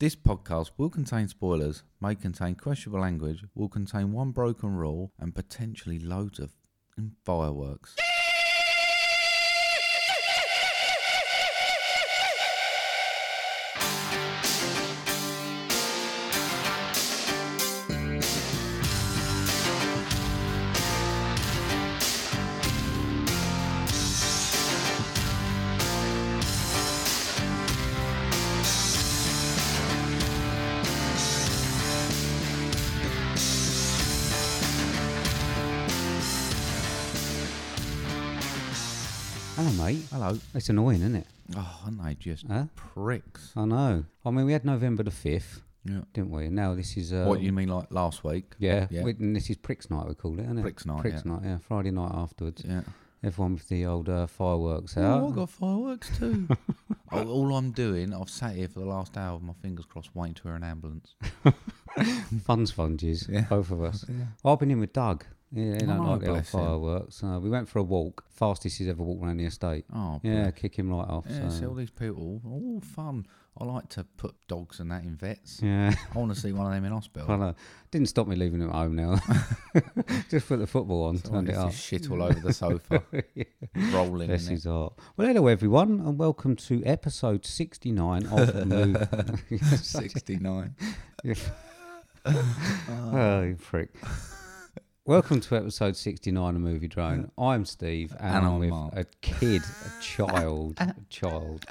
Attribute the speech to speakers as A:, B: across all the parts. A: This podcast will contain spoilers, may contain questionable language, will contain one broken rule, and potentially loads of f***ing fireworks.
B: Hello, mate.
A: Hello.
B: It's annoying, isn't it?
A: Oh, aren't they just
B: Huh?
A: pricks?
B: I know. I mean, we had November the 5th,
A: Yeah.
B: didn't we? And now this is. Uh,
A: what you mean, like last week?
B: Yeah.
A: Yeah.
B: we- and this is Pricks Night, we call it, isn't it?
A: Pricks night,
B: Pricks Night, yeah. Friday night afterwards.
A: Yeah.
B: Everyone with the old uh, fireworks out.
A: Oh, I got fireworks too. oh, all I'm doing, I've sat here for the last hour with my fingers crossed, waiting to hear an ambulance.
B: Fun sponges,
A: Yeah.
B: both of us. I've been in with Doug. Yeah, he don't
A: Oh,
B: like the old
A: bless him.
B: fireworks. Uh, we went for a walk, fastest he's ever walked around the estate.
A: Oh,
B: Yeah,
A: bless.
B: kick him right off.
A: Yeah, see all
B: so.
A: these people, all fun. I like to put dogs and that in vets.
B: yeah.
A: I want to see one of them in
B: I
A: hospital.
B: know. Didn't stop me leaving him at home now. Just put the football on,
A: So I
B: turned it
A: used to
B: up.
A: Shit all over the sofa, rolling.
B: Bless
A: In it.
B: his heart. Well, hello everyone, and welcome to episode sixty-nine of Move.
A: Sixty-nine. Ah.
B: oh, you prick! welcome to episode sixty-nine of Movie Drone. I'm Steve, and,
A: And
B: I'm,
A: I'm
B: with
A: Mark.
B: a kid, a child, a child.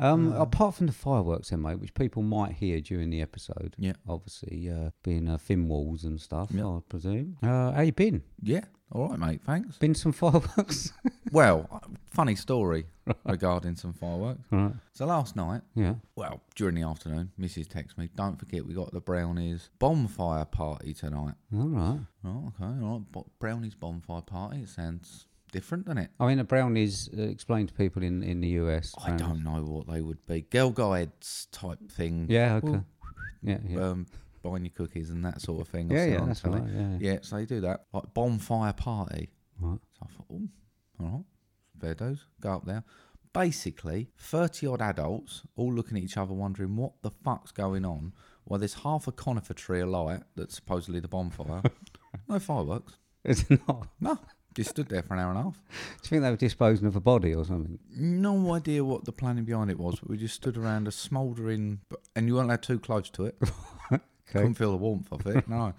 B: Um,
A: Ah.
B: Apart from the fireworks, then, mate, which people might hear during the episode.
A: Yeah.
B: Obviously, uh, being uh, thin walls and stuff.
A: Yeah.
B: I presume. Uh, how you been?
A: Yeah. All right, mate. Thanks.
B: Been some fireworks?
A: Well, funny story regarding some fireworks.
B: right.
A: So last night,
B: Yeah.
A: well, during the afternoon, Mrs. texted me, "Don't forget, we got the brownies bonfire party tonight."
B: All right.
A: Oh, okay. All right. Bo- brownies bonfire party. It sounds different, doesn't it?
B: I mean, a brownies. Uh, explain to people in, in the US.
A: I
B: brownies.
A: don't know what they would be. Girl guides type thing.
B: Yeah, okay.
A: Well,
B: yeah, yeah.
A: Um, buying your cookies and that sort of thing. I've
B: yeah,
A: seen
B: yeah,
A: on
B: that's
A: telly.
B: right. Yeah.
A: Yeah, so they do that. Like bonfire party.
B: Right.
A: So I thought, oh, all right, fair dues, go up there. Basically, 30 odd adults all looking at each other, wondering what the fuck's going on. Well, there's half a conifer tree alight that's supposedly the bonfire. no fireworks.
B: It's not.
A: No, just stood there for an hour and a half.
B: Do you think they were disposing of a body or something?
A: No idea what the planning behind it was, but we just stood around a smouldering, and you weren't allowed too close to it. Couldn't feel the warmth of it. No,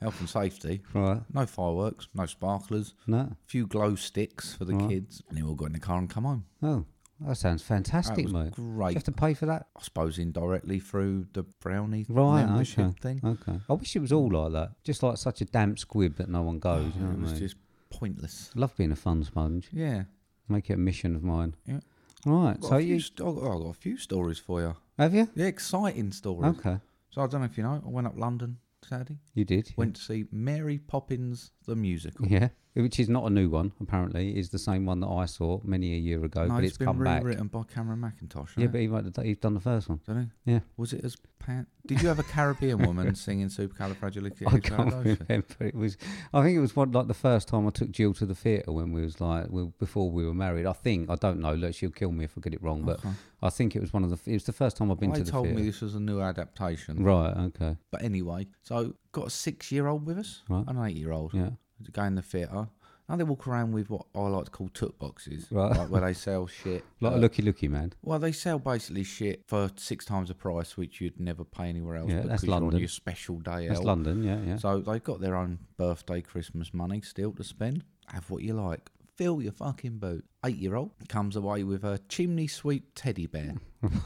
A: health and safety.
B: Right.
A: No fireworks, no sparklers,
B: No.
A: few glow sticks for the
B: Right.
A: kids, and they all got in the car and come home.
B: Oh, that sounds
A: That
B: fantastic,
A: was
B: mate. Do you
A: great.
B: have to pay for that?
A: I suppose indirectly through the brownie
B: Right,
A: membership
B: okay.
A: thing.
B: Okay. I wish it was all like that. Just like such a damp squib that no one goes. you know
A: Oh, it
B: what I
A: was
B: mean?
A: just pointless.
B: Love being a fun sponge.
A: Yeah.
B: Make it a mission of mine.
A: Yeah.
B: Right.
A: Got
B: So
A: a few
B: you
A: st- I've got I've got a few stories for you.
B: have you?
A: Yeah, exciting stories.
B: Okay.
A: So I don't know if you know, I went up London Saturday,
B: You did.
A: went to see Mary Poppins the musical.
B: Yeah. Which is not a new one. Apparently, It is the same one that I saw many a year ago,
A: no,
B: but
A: it's
B: it's
A: been
B: come back.
A: rewritten by Cameron McIntosh.
B: Yeah,
A: hasn't
B: but
A: it?
B: he might have, he's done the first one.
A: Dunno.
B: Yeah.
A: Was it as pan? Did you have a Caribbean woman singing
B: I can't
A: Supercalifragilisticexpialidocious?
B: remember. It was, I think it was one like the first time I took Jill to the theatre when we was like, we, before we were married. I think I don't know. Look, she'll kill me if I get it wrong, but
A: Okay.
B: I think it was one of the. It was the first time I've been
A: They
B: to the
A: Oh. told
B: theatre.
A: me this was a new adaptation.
B: Right. Okay.
A: But anyway, so got a six year old with us
B: Right.
A: and an eight year old
B: Yeah.
A: to go in the theatre. Now they walk around with what I like to call toot boxes,
B: Right.
A: like where they sell shit.
B: Like
A: uh,
B: a looky looky man.
A: well, they sell basically shit for six times the price, which you'd never pay anywhere else
B: Yeah,
A: because
B: that's
A: you're on
B: London.
A: your special day
B: That's
A: out.
B: London. Yeah. Yeah.
A: So they've got their own birthday, Christmas money still to spend. Have what you like. Fill your fucking boot. Eight year old comes away with a chimney sweep teddy bear.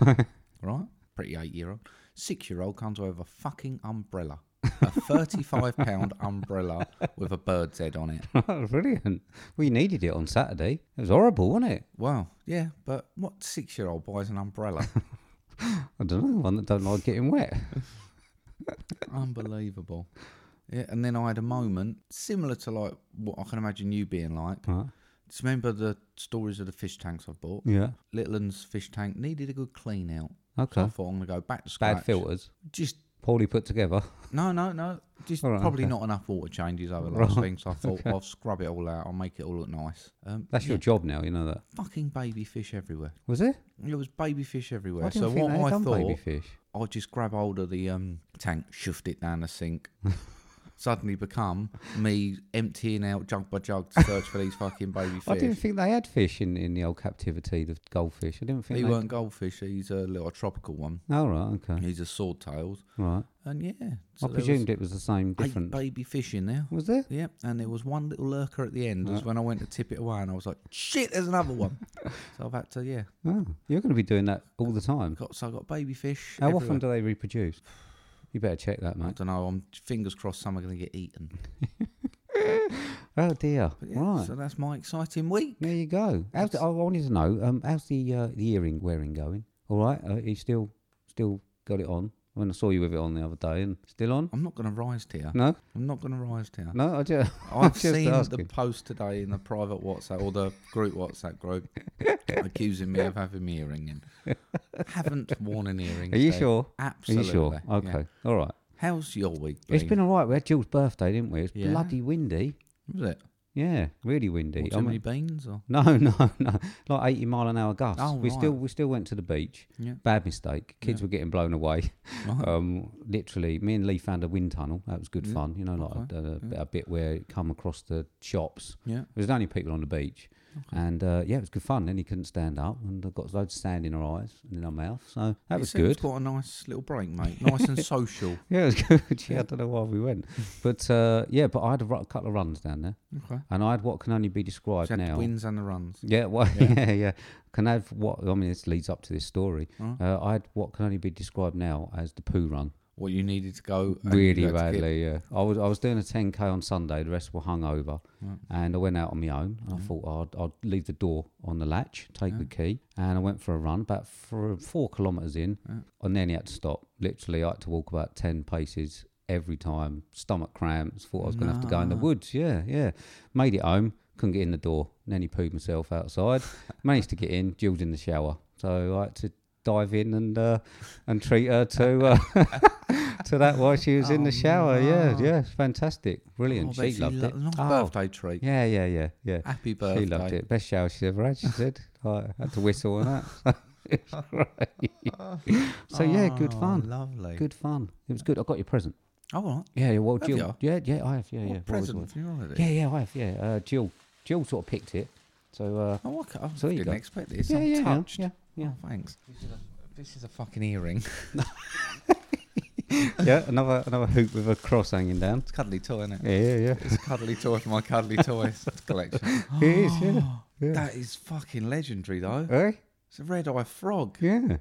A: right? Pretty eight year old. Six year old comes away with a fucking umbrella. A 35 pound umbrella with a bird's head on it.
B: Oh, Brilliant. We needed it on Saturday. It was horrible, wasn't it?
A: Wow. Yeah, but what six year old buys an umbrella?
B: I don't know. One that don't like getting wet.
A: Unbelievable. Yeah, and then I had a moment similar to like what I can imagine you being like.
B: Right.
A: Just remember the stories of the fish tanks I've bought.
B: Yeah.
A: Littleton's fish tank needed a good clean out. So I
B: Okay.
A: thought I'm going to go back to
B: Bad
A: scratch.
B: filters.
A: Just
B: poorly put together.
A: No, no, no. Just
B: All right,
A: probably
B: okay.
A: not enough water changes over last
B: Right,
A: thing. So I thought I'll scrub it all out. I'll make it all look nice. Um,
B: That's your
A: yeah,
B: job now, you know that.
A: fucking baby fish everywhere.
B: Was it?
A: It was baby fish everywhere.
B: I didn't
A: so
B: think
A: what
B: they had
A: I
B: done
A: thought,
B: baby fish.
A: I'll just grab hold of the um, tank, shift it down the sink. Suddenly become me emptying out jug by jug to search for these fucking baby
B: I didn't
A: fish.
B: think they had fish in, in the old captivity, the goldfish. I didn't think
A: He
B: they.
A: weren't goldfish. He's a little tropical one.
B: Oh, right, okay.
A: He's a swordtails,
B: Right.
A: and yeah, so
B: I
A: there was
B: presumed it was the same
A: eight
B: different.
A: baby fish in there.
B: Was there?
A: Yep, and there was one little lurker at the
B: Uh.
A: end. It was when I went to tip it away, and I was like, "Shit, there's another one." so I've had to, yeah,
B: Oh, you're going to be doing that all the time.
A: got so I got baby fish.
B: How
A: everywhere.
B: often do they reproduce? You better check that,
A: I
B: mate.
A: don't know. I'm fingers crossed some are going to get eaten.
B: Oh dear.
A: But yeah,
B: right.
A: So that's my exciting week.
B: There you go. How's the, I wanted to know. Um, how's the uh, the earring wearing going? All right. Uh, you still still got it on? When I saw you with it on the other day, and still on?
A: I'm not going to rise tier.
B: No,
A: I'm not going to rise tier.
B: no. I just
A: I've
B: just
A: seen the
B: asking.
A: post today in the private WhatsApp or the group WhatsApp group accusing me of having my earring in. Haven't worn an earring.
B: Are you
A: Dave.
B: sure? Are you
A: Absolutely.
B: sure?
A: yeah.
B: Okay. All right.
A: How's your week been?
B: It's been all right. We had Jill's birthday, didn't we? It's
A: Yeah.
B: bloody windy.
A: Was it?
B: Yeah, really windy.
A: What,
B: I
A: too many
B: mean-
A: beans or?
B: no, no, no. Like eighty mile an hour gusts.
A: Oh,
B: we
A: right.
B: still we still went to the beach.
A: Yeah.
B: Bad mistake. Kids
A: Yeah.
B: were getting blown away.
A: Right.
B: Um, literally, me and Lee found a wind tunnel. That was good
A: Yeah,
B: fun. You know, like
A: okay,
B: a, a, a bit where it come across the shops.
A: yeah.
B: There's only people on the beach, and uh, yeah, it was good fun. Then he couldn't stand up, and I got loads of sand in her eyes and in her mouth. So that
A: It
B: was
A: seems
B: good.
A: Quite a nice little break, mate. Nice and social.
B: Yeah, it was good. yeah, I don't know why we went, but uh, yeah, but I had a, ru- couple of runs down there,
A: Okay.
B: and I had what can only be
A: So
B: described
A: you had the
B: now.
A: wins and the runs.
B: Yeah, well,
A: Yeah.
B: yeah, yeah, Can have what I mean. This leads up to this story.
A: Alright.
B: Uh, I had what can only be described now as the poo run.
A: What you needed to go and
B: really
A: you had to get-
B: badly. Yeah, I was I was doing a 10k on Sunday. The rest were hungover,
A: Right.
B: and I went out on my own. And I thought "Oh, I'd, I'd leave the door on the latch, take the key, and I went for a run. About for four kilometres in,
A: Yeah.
B: and then you had to stop. Literally, I had to walk about ten paces every time. Stomach cramps. Thought I was going to have to go in the
A: No.
B: woods. Yeah, yeah. Made it home. Couldn't get in the door. And then he pooed myself outside. Managed to get in. Jill's in the shower, so I had to dive in and uh, and treat her to. Uh, to that while she was in
A: Oh,
B: the shower. Yeah,
A: no.
B: yeah, it's fantastic, brilliant.
A: Oh, but
B: she loved
A: lo-
B: it.
A: Nice
B: Oh,
A: birthday treat.
B: yeah, yeah, yeah, yeah.
A: Happy
B: She
A: birthday.
B: loved it. Best shower she's ever had. She said. I had to whistle and that. It's great. so yeah, good
A: Oh,
B: fun.
A: Lovely.
B: Good fun. It was good. I got your present.
A: Oh, all right.
B: Yeah, yeah. Well,
A: Have
B: Jill.
A: ya?
B: Yeah, yeah. I have. Yeah, yeah.
A: What
B: what was
A: present
B: it?
A: for your holiday?
B: Yeah, yeah. I have. Yeah. Uh, Jill. Jill sort of picked it. So uh,
A: Oh, okay. I
B: So there you
A: didn't
B: go.
A: expect this.
B: yeah,
A: I'm
B: yeah, yeah,
A: touched.
B: yeah, yeah.
A: Oh, thanks. This is, a, this is a fucking earring.
B: yeah. Another another hoop with a cross hanging down.
A: It's a cuddly toy, isn't it?
B: Yeah, yeah, yeah.
A: It's a cuddly toy for my cuddly toys collection. Oh,
B: It is. Yeah. yeah.
A: That is fucking legendary, though.
B: Eh?
A: It's a red-eye frog.
B: Yeah.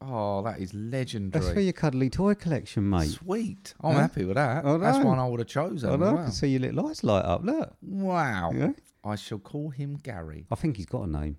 A: Oh, that is legendary.
B: That's for your cuddly toy collection, mate.
A: Sweet. I'm
B: Huh?
A: happy with that.
B: I
A: That's
B: know.
A: one I would have
B: I
A: chosen.
B: know,
A: as
B: I
A: well.
B: can see your little eyes light up. Look.
A: Wow.
B: Yeah.
A: I shall call him Gary.
B: I think he's got a name.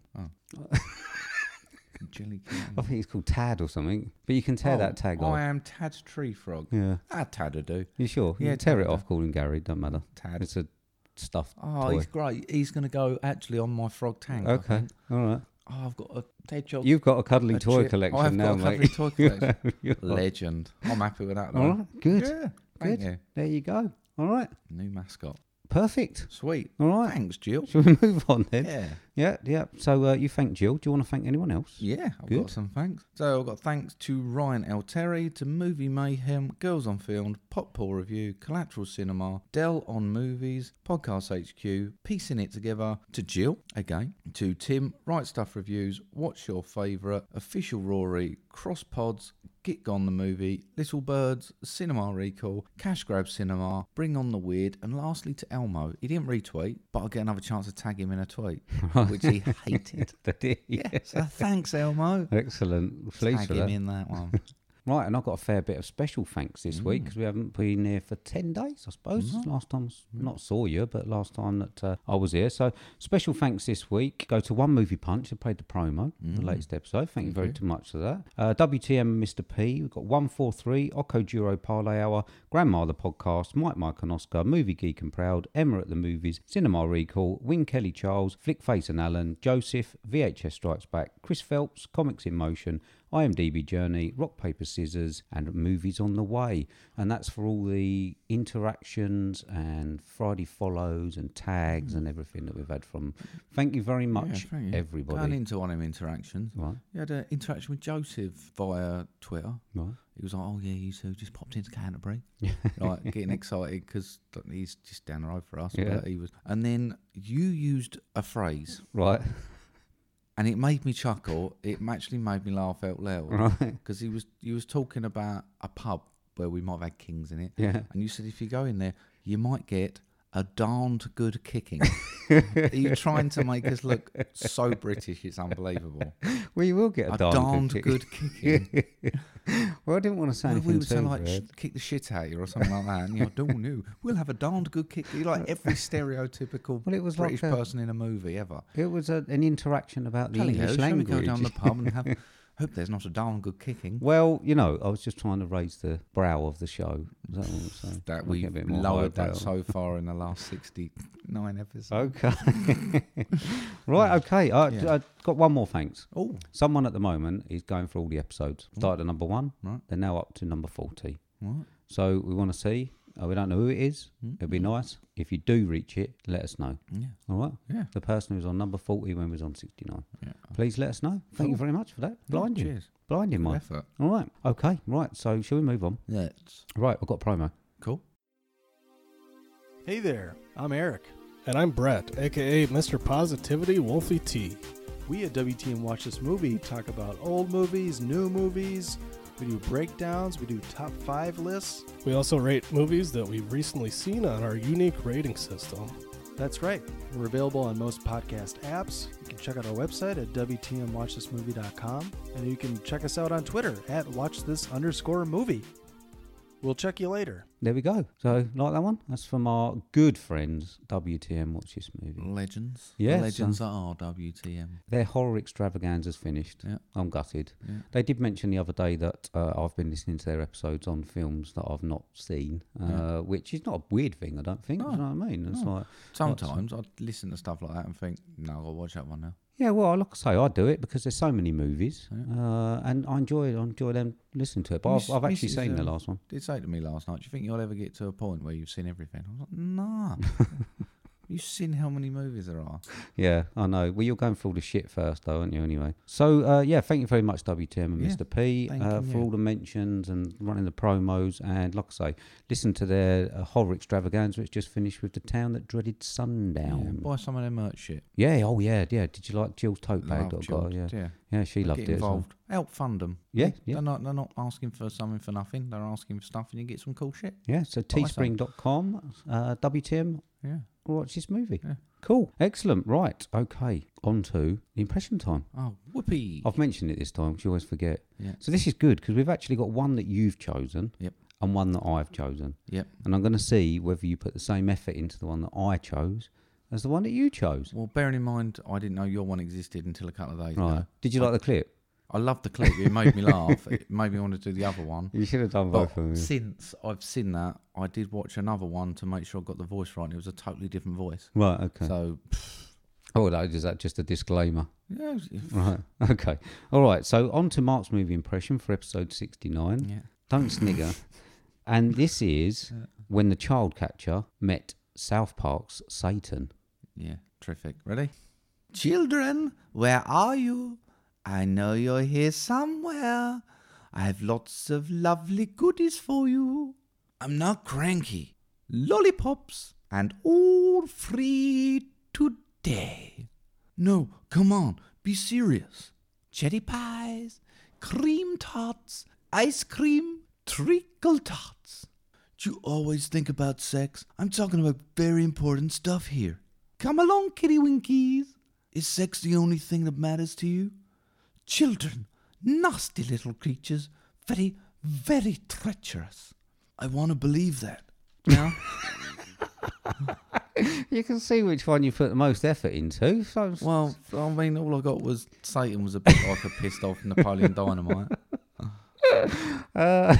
A: Jelly
B: I think he's called Tad or something. But you can tear that tag
A: Oh, I
B: off.
A: am Tad Tree Frog.
B: Yeah.
A: Ah, Tad do.
B: You sure? You
A: Yeah,
B: can tear
A: Tad,
B: it off, call him Gary. Don't matter.
A: Tad.
B: It's a stuffed
A: Oh,
B: toy.
A: he's great. He's going to go actually on my frog tank. I
B: Okay.
A: think.
B: All right.
A: Oh, I've got a dead job.
B: You've got a cuddly
A: a
B: toy
A: chip.
B: collection
A: I have
B: now,
A: got a cuddly
B: mate.
A: toy collection.
B: You are.
A: Legend. I'm happy with that.
B: All
A: Though.
B: right. Good.
A: Yeah. Thank
B: Good.
A: you.
B: There you go. All right.
A: New mascot.
B: Perfect.
A: Sweet.
B: All right.
A: Thanks, Jill.
B: Shall we move on then?
A: Yeah.
B: Yeah. Yeah. So uh, you thank Jill. Do you want to thank anyone else?
A: Yeah, I've
B: Good.
A: got some thanks. So I've got thanks to Ryan L. Terry, to Movie Mayhem, Girls on Film, Pop Poor Review, Collateral Cinema, Dell on Movies, Podcast HQ, Piecing It Together, to Jill, again, to Tim, Right Stuff Reviews, What's Your Favourite, Official Rory, Cross Pods, Get Gone the Movie, Little Birds, Cinema Recall, Cash Grab Cinema, Bring On the Weird, and lastly to Elmo. He didn't retweet, but I get another chance to tag him in a tweet, which he hated. Yeah, so thanks, Elmo.
B: Excellent. Pleased
A: Tag
B: for
A: him
B: that.
A: in that one.
B: Right, and I've got a fair bit of special thanks this week 'cause week because we haven't been here for 10 days, I suppose. Last time, s- not saw you, but last time that uh, I was here. So, special thanks this week go to One Movie Punch, who played the promo, the latest episode. Mm. Thank you very too much for that. Uh, WTM and Mr. P, we've got 143, Oco Duro Parlay Hour, Grandma the Podcast, Mike, Mike and Oscar, Movie Geek and Proud, Emma at the Movies, Cinema Recall, Win Kelly Charles, Flick Face and Alan, Joseph, VHS Strikes Back, Chris Phelps, Comics in Motion, IMDb Journey, Rock, Paper, Scissors, and Movies on the Way. And that's for all the interactions and Friday follows and tags and everything that we've had from. Thank you very much,
A: thank you. Going
B: everybody.
A: into one of them interactions,
B: Right,
A: we had an interaction with Joseph via Twitter.
B: right.
A: He was like, "Oh yeah, you two just popped into Canterbury, like getting excited because he's just down the road for us."
B: Yeah.
A: But he was, and then you used a phrase,
B: Right,
A: and it made me chuckle. It actually made me laugh out loud
B: right.
A: because he was he was talking about a pub where we might have had kings in it,
B: Yeah.
A: and you said if you go in there, you might get a darned good kicking. Are you trying to make us look so British? It's unbelievable.
B: Well, you will get a,
A: A
B: darn
A: darned
B: kick.
A: good kicking.
B: Well, I didn't want to say
A: Well,
B: anything
A: we would
B: too
A: say like sh-
B: rude.
A: kick the shit out of you or something like that, and you're like, don't know. We'll have a darned good kick. You're like every stereotypical
B: Well, it was like
A: British
B: a-
A: person in a movie ever.
B: It was a, an interaction about the
A: Bloody hell,
B: English
A: shall we go down
B: language.
A: the pub and have. Hope there's not a darn good kicking
B: Well, you know, I was just trying to raise the brow of the show. Is that what I'm saying?
A: that
B: Make
A: we
B: it a
A: have
B: bit more
A: lowered
B: highbrow.
A: that so far in the last sixty-nine episodes.
B: Okay. right, okay. I,
A: Yeah.
B: I got one more thanks.
A: Oh,
B: Someone at the moment is going through all the episodes. Started at number one.
A: Mm. Right.
B: They're now up to number 40.
A: right.
B: So we want to see. Uh, we don't know who it is. It'd be
A: Mm.
B: nice. If you do reach it, let us know.
A: Hmm? Yeah,
B: All right?
A: yeah.
B: The person who's on number 40 when we was on 69.
A: yeah.
B: Please let us know. Thank you
A: Cool.
B: very much for that. Blind you.
A: Cheers.
B: Blind you,
A: Good
B: Mike.
A: effort.
B: All right. Okay. Right. So shall we move on?
A: That's
B: Right. I've got a promo.
A: cool.
C: Hey there, I'm Eric. And I'm Brett, aka Mr. Positivity Wolfie T. We at WTM Watch This Movie talk about old movies, new movies, we do breakdowns, we do top five lists. We also rate movies that we've recently seen on our unique rating system. That's right. We're available on most podcast apps. You can check out our website at WTMWatchThisMovie.com, and you can check us out on Twitter at Watch This underscore movie. We'll check you later.
B: There we go. So like that one? That's from our good friends WTM. Watch this movie.
A: Legends.
B: Yes,
A: Yeah. Legends are WTM.
B: Their horror extravaganza's finished.
A: Yeah.
B: I'm gutted.
A: Yeah.
B: They did mention the other day that uh, I've been listening to their episodes on films that I've not seen, uh,
A: Yeah.
B: which is not a weird thing. I don't think. Do you know what I mean? It's
A: No.
B: like
A: Sometimes I'd listen to stuff like that and think, no, I'll watch that one now.
B: yeah, well, like I say, I do it because there's so many movies,
A: Yeah.
B: uh, and I enjoy I enjoy them listening to it. But
A: Miss-
B: I've, I've actually
A: Mrs.
B: seen the
A: um,
B: last one.
A: did say to me last night, "Do you think you'll ever get to a point where you've seen everything?" I was like, "Nah." You've seen how many movies there are.
B: Yeah, I know. Well, you're going through all the shit first, though, aren't you? Anyway, so uh, yeah, thank you very much, WTM and
A: Yeah,
B: Mr. P,
A: thank
B: uh,
A: you.
B: for all the mentions and running the promos. And like I say, listen to their uh, horror extravaganza, which just finished with the town that dreaded sundown.
A: Buy some of their merch shit.
B: Yeah, oh yeah, yeah. Did you like Jill's tote bag?
A: Love
B: that I got?
A: chilled,
B: Yeah,
A: yeah.
B: yeah, she
A: Get
B: loved it. as well.
A: involved. Help fund them.
B: Yeah, yeah.
A: They're not. They're not asking for something for nothing. They're asking for stuff, and you get some cool shit.
B: Yeah, so
A: Buy some.
B: teespring.com, uh, WTM,
A: Yeah.
B: watch this movie.
A: Yeah.
B: Cool, excellent, right, okay, on to the impression time.
A: Oh, whoopee.
B: I've mentioned it this time because you always forget.
A: Yeah.
B: So this is good because we've actually got one that you've chosen
A: Yep.
B: and one that I've chosen.
A: Yep.
B: And I'm going to see whether you put the same effort into the one that I chose as the one that you chose.
A: Well, bearing in mind, I didn't know your one existed until a couple of days
B: Right.
A: ago.
B: Did you like the clip?
A: I loved the clip. It made me laugh. It made me want to do the other one.
B: You should have done
A: But since I've seen that, I did watch another one to make sure I got the voice right. It was a totally different voice.
B: Right, okay.
A: So
B: oh, that, is that just a disclaimer?
A: yeah, it was-
B: Right, okay. All right, so on to Mark's movie impression for episode 69.
A: yeah.
B: Don't snigger. And this is when the child catcher met South Park's Satan.
A: Yeah, terrific. Ready? Children, where are you? I know you're here somewhere. I have lots of lovely goodies for you. I'm not cranky. Lollipops and all free today. No, come on, be serious. Cherry pies, cream tarts, ice cream, treacle tarts. Do you always think about sex? I'm talking about very important stuff here. Come along, kitty winkies. Is sex the only thing that matters to you? Children, nasty little creatures, very, very treacherous. I want to believe that. Now,
B: You can see which one you put the most effort into. So
A: well, I mean, all I got was Satan was a bit like a pissed off Napoleon Dynamite.
B: Uh,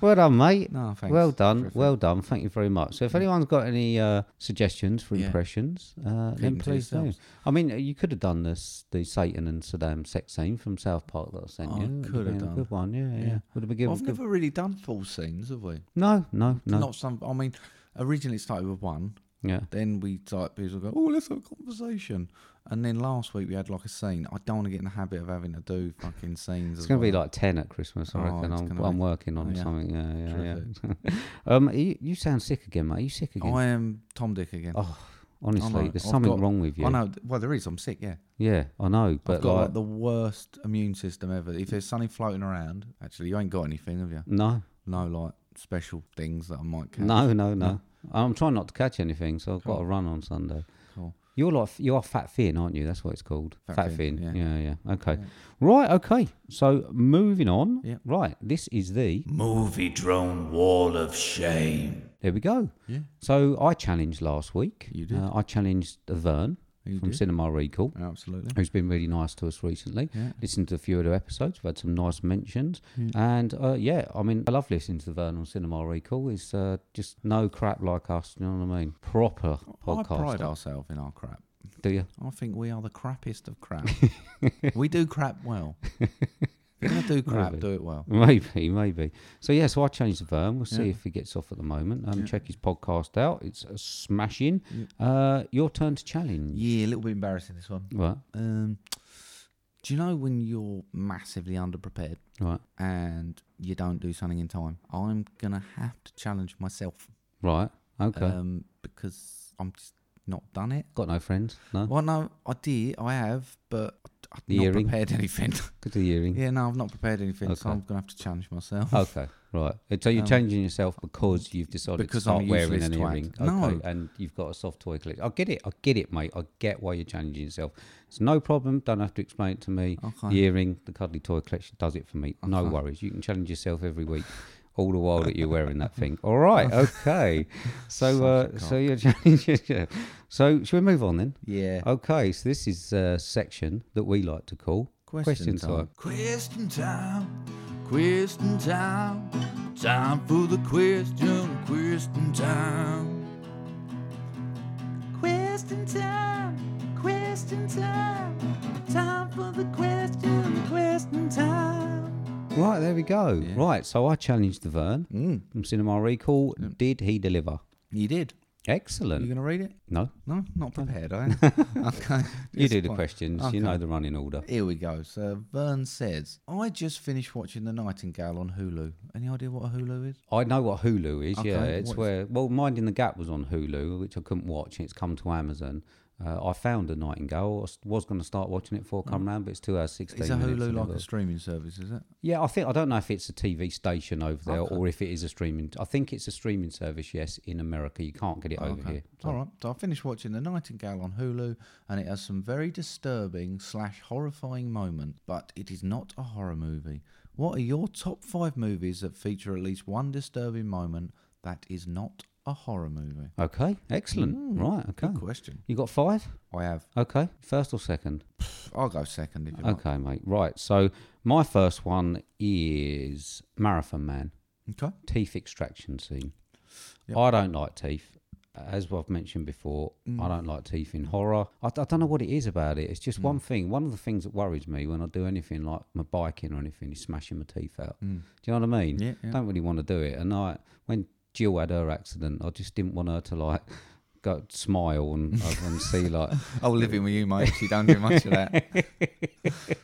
B: well done, mate.
A: No, thanks.
B: Well done,
A: Terrific.
B: well done. Thank you very much. So, if anyone's got any uh, suggestions for
A: Yeah.
B: impressions, uh,
A: Keep
B: then
A: 'em to
B: please do.
A: yourselves.
B: I mean, you could have done this the Satan and Saddam sex scene from South Park that I sent
A: Oh,
B: you.
A: I
B: It would
A: could have
B: been
A: done.
B: a good one. Yeah, yeah.
A: Yeah.
B: Would have been given.
A: I've never really done full scenes, have we?
B: No, no, no.
A: Not some. I mean, originally it started with one.
B: yeah.
A: Then we like people go, oh, let's have a conversation. And then last week we had like a scene. I don't want to get in the habit of having to do fucking scenes.
B: It's
A: as
B: going to be
A: well.
B: like 10 at Christmas, I
A: Oh,
B: reckon.
A: it's
B: I'm,
A: gonna
B: I'm
A: be-
B: working on
A: oh, yeah.
B: something. Yeah, yeah, yeah. um, you, you sound sick again, mate. Are you sick again?
A: I am Tom Dick again.
B: Oh, Honestly,
A: know.
B: there's
A: I've
B: something
A: got-
B: wrong with you.
A: I know. Well, there is. I'm sick. Yeah,
B: Yeah, I know. But
A: I've got like,
B: like,
A: the worst immune system ever. If there's something floating around, actually, you ain't got anything, have you?
B: no,
A: No, like special things that I might catch.
B: no, no, no.
A: No.
B: I'm trying not to catch anything, so I've got
A: Cool.
B: a run on Sunday.
A: Cool.
B: You're like you are Fat Finn, aren't you? That's what it's called. Fat,
A: Fat
B: Finn.
A: Finn,
B: Yeah.
A: yeah.
B: yeah, Okay.
A: Yeah.
B: Right. Okay. So moving on.
A: Yeah.
B: Right. This is the.
A: Movie drone wall of shame.
B: There we go.
A: Yeah,
B: So I challenged last week.
A: You did.
B: Uh, I challenged Vern
A: you
B: from
A: did.
B: Cinema Recall,
A: Absolutely.
B: who's been really nice to us recently.
A: Yeah.
B: Listened to a few of the episodes. We've had some nice mentions.
A: Yeah.
B: And uh, yeah, I mean, I love listening to Vern on Cinema Recall. It's uh, just no crap like us. You know what I mean? Proper
A: I
B: podcast.
A: pride ourselves in our crap.
B: Do you?
A: I think we are the crappiest of crap. we do crap well. If you're gonna do crap,
B: Maybe.
A: do it
B: Mm.
A: well.
B: Maybe, maybe. So yeah, so I changed the verb. We'll see
A: Yeah.
B: if he gets off at the moment. Um,
A: Yeah.
B: check his podcast out. It's a smashing.
A: Yep.
B: Uh, your turn to challenge.
A: Yeah, a little bit embarrassing this one.
B: Right,
A: Um, do you know when you're massively underprepared
B: right,
A: and you don't do something in time? I'm gonna have to challenge myself
B: right. Okay.
A: um, because I'm just not done it.
B: Got no friends. No.
A: Well, no, I did, I have, but I- I've
B: The
A: not
B: earring?
A: prepared anything.
B: Good to hearing.
A: yeah, no, I've not prepared anything, so
B: Okay. Oh,
A: I'm gonna have to challenge myself.
B: Okay. Right. So you're
A: Um,
B: changing yourself because you've decided
A: because
B: to start
A: I'm a
B: wearing
A: useless
B: an
A: twat.
B: earring.
A: No.
B: Okay. And you've got a soft toy collection. I get it. I get it, mate. I get why you're challenging yourself. It's no problem. Don't have to explain it to me.
A: Okay.
B: The earring, the cuddly toy collection does it for me. No
A: Okay.
B: worries. You can challenge yourself every week, all the while that you're wearing that thing. All right. Okay. So,
A: Such a
B: uh, so you're challenging. yourself. So, should we move on then?
A: Yeah.
B: Okay. So this is a section that we like to call question, time.
A: Question time. Question time. Time for the question. Question time. Question time. Question time. Time for the question. Question time.
B: Right. There we go.
A: Yeah.
B: Right. So I challenged the Vern
A: Mm,
B: from Cinema Recall. Did he deliver?
A: you did. You
B: Excellent.
A: going to read it?
B: No.
A: No, not prepared. I am. okay.
B: You do the
A: Disappoint-
B: questions. You
A: Okay.
B: know the running order.
A: Here we go. So Vern says, I just finished watching The Nightingale on Hulu. Any idea what a Hulu is?
B: I know what Hulu is.
A: Okay,
B: yeah, it's
A: what is
B: where well, Minding the Gap was on Hulu, which I couldn't watch, and it's come to Amazon. Uh, I found a Nightingale. I was- was going to start watching it before I come round, but it's two hours sixteen
A: It's a
B: minutes.
A: Mm. Hulu
B: and
A: like
B: I've
A: a
B: got-
A: streaming service, is it?
B: yeah, I think I don't know if it's a TV station over there
A: Okay.
B: or if it is a streaming. I think it's a streaming service. Yes, in America, you can't get it over
A: Okay.
B: here.
A: All right. So I finished watching The Nightingale on Hulu, and it has some very disturbing slash horrifying moments, but it is not a horror movie. What are your top five movies that feature at least one disturbing moment that is not a horror movie?
B: Okay, excellent. right, okay.
A: Hmm. Good question.
B: You got five?
A: I have.
B: Okay, first or second?
A: I'll go second if you like.
B: Okay, mate. Right. So my first one is Marathon Man.
A: Okay.
B: teeth extraction scene.
A: Yep.
B: I don't like teeth. As I've mentioned before,
A: Mm.
B: I don't like teeth in horror. I, d- I don't know what it is about it. It's just one
A: Mm.
B: thing. One of the things that worries me when I do anything like my biking or anything is smashing my teeth out. Do you know what I mean?
A: Mm. Yeah, yeah.
B: Don't really want to do it. And I, when Jill had her accident, I just didn't want her to like go smile and, uh, and see like
A: Oh, living with you, mate. You don't do much of that.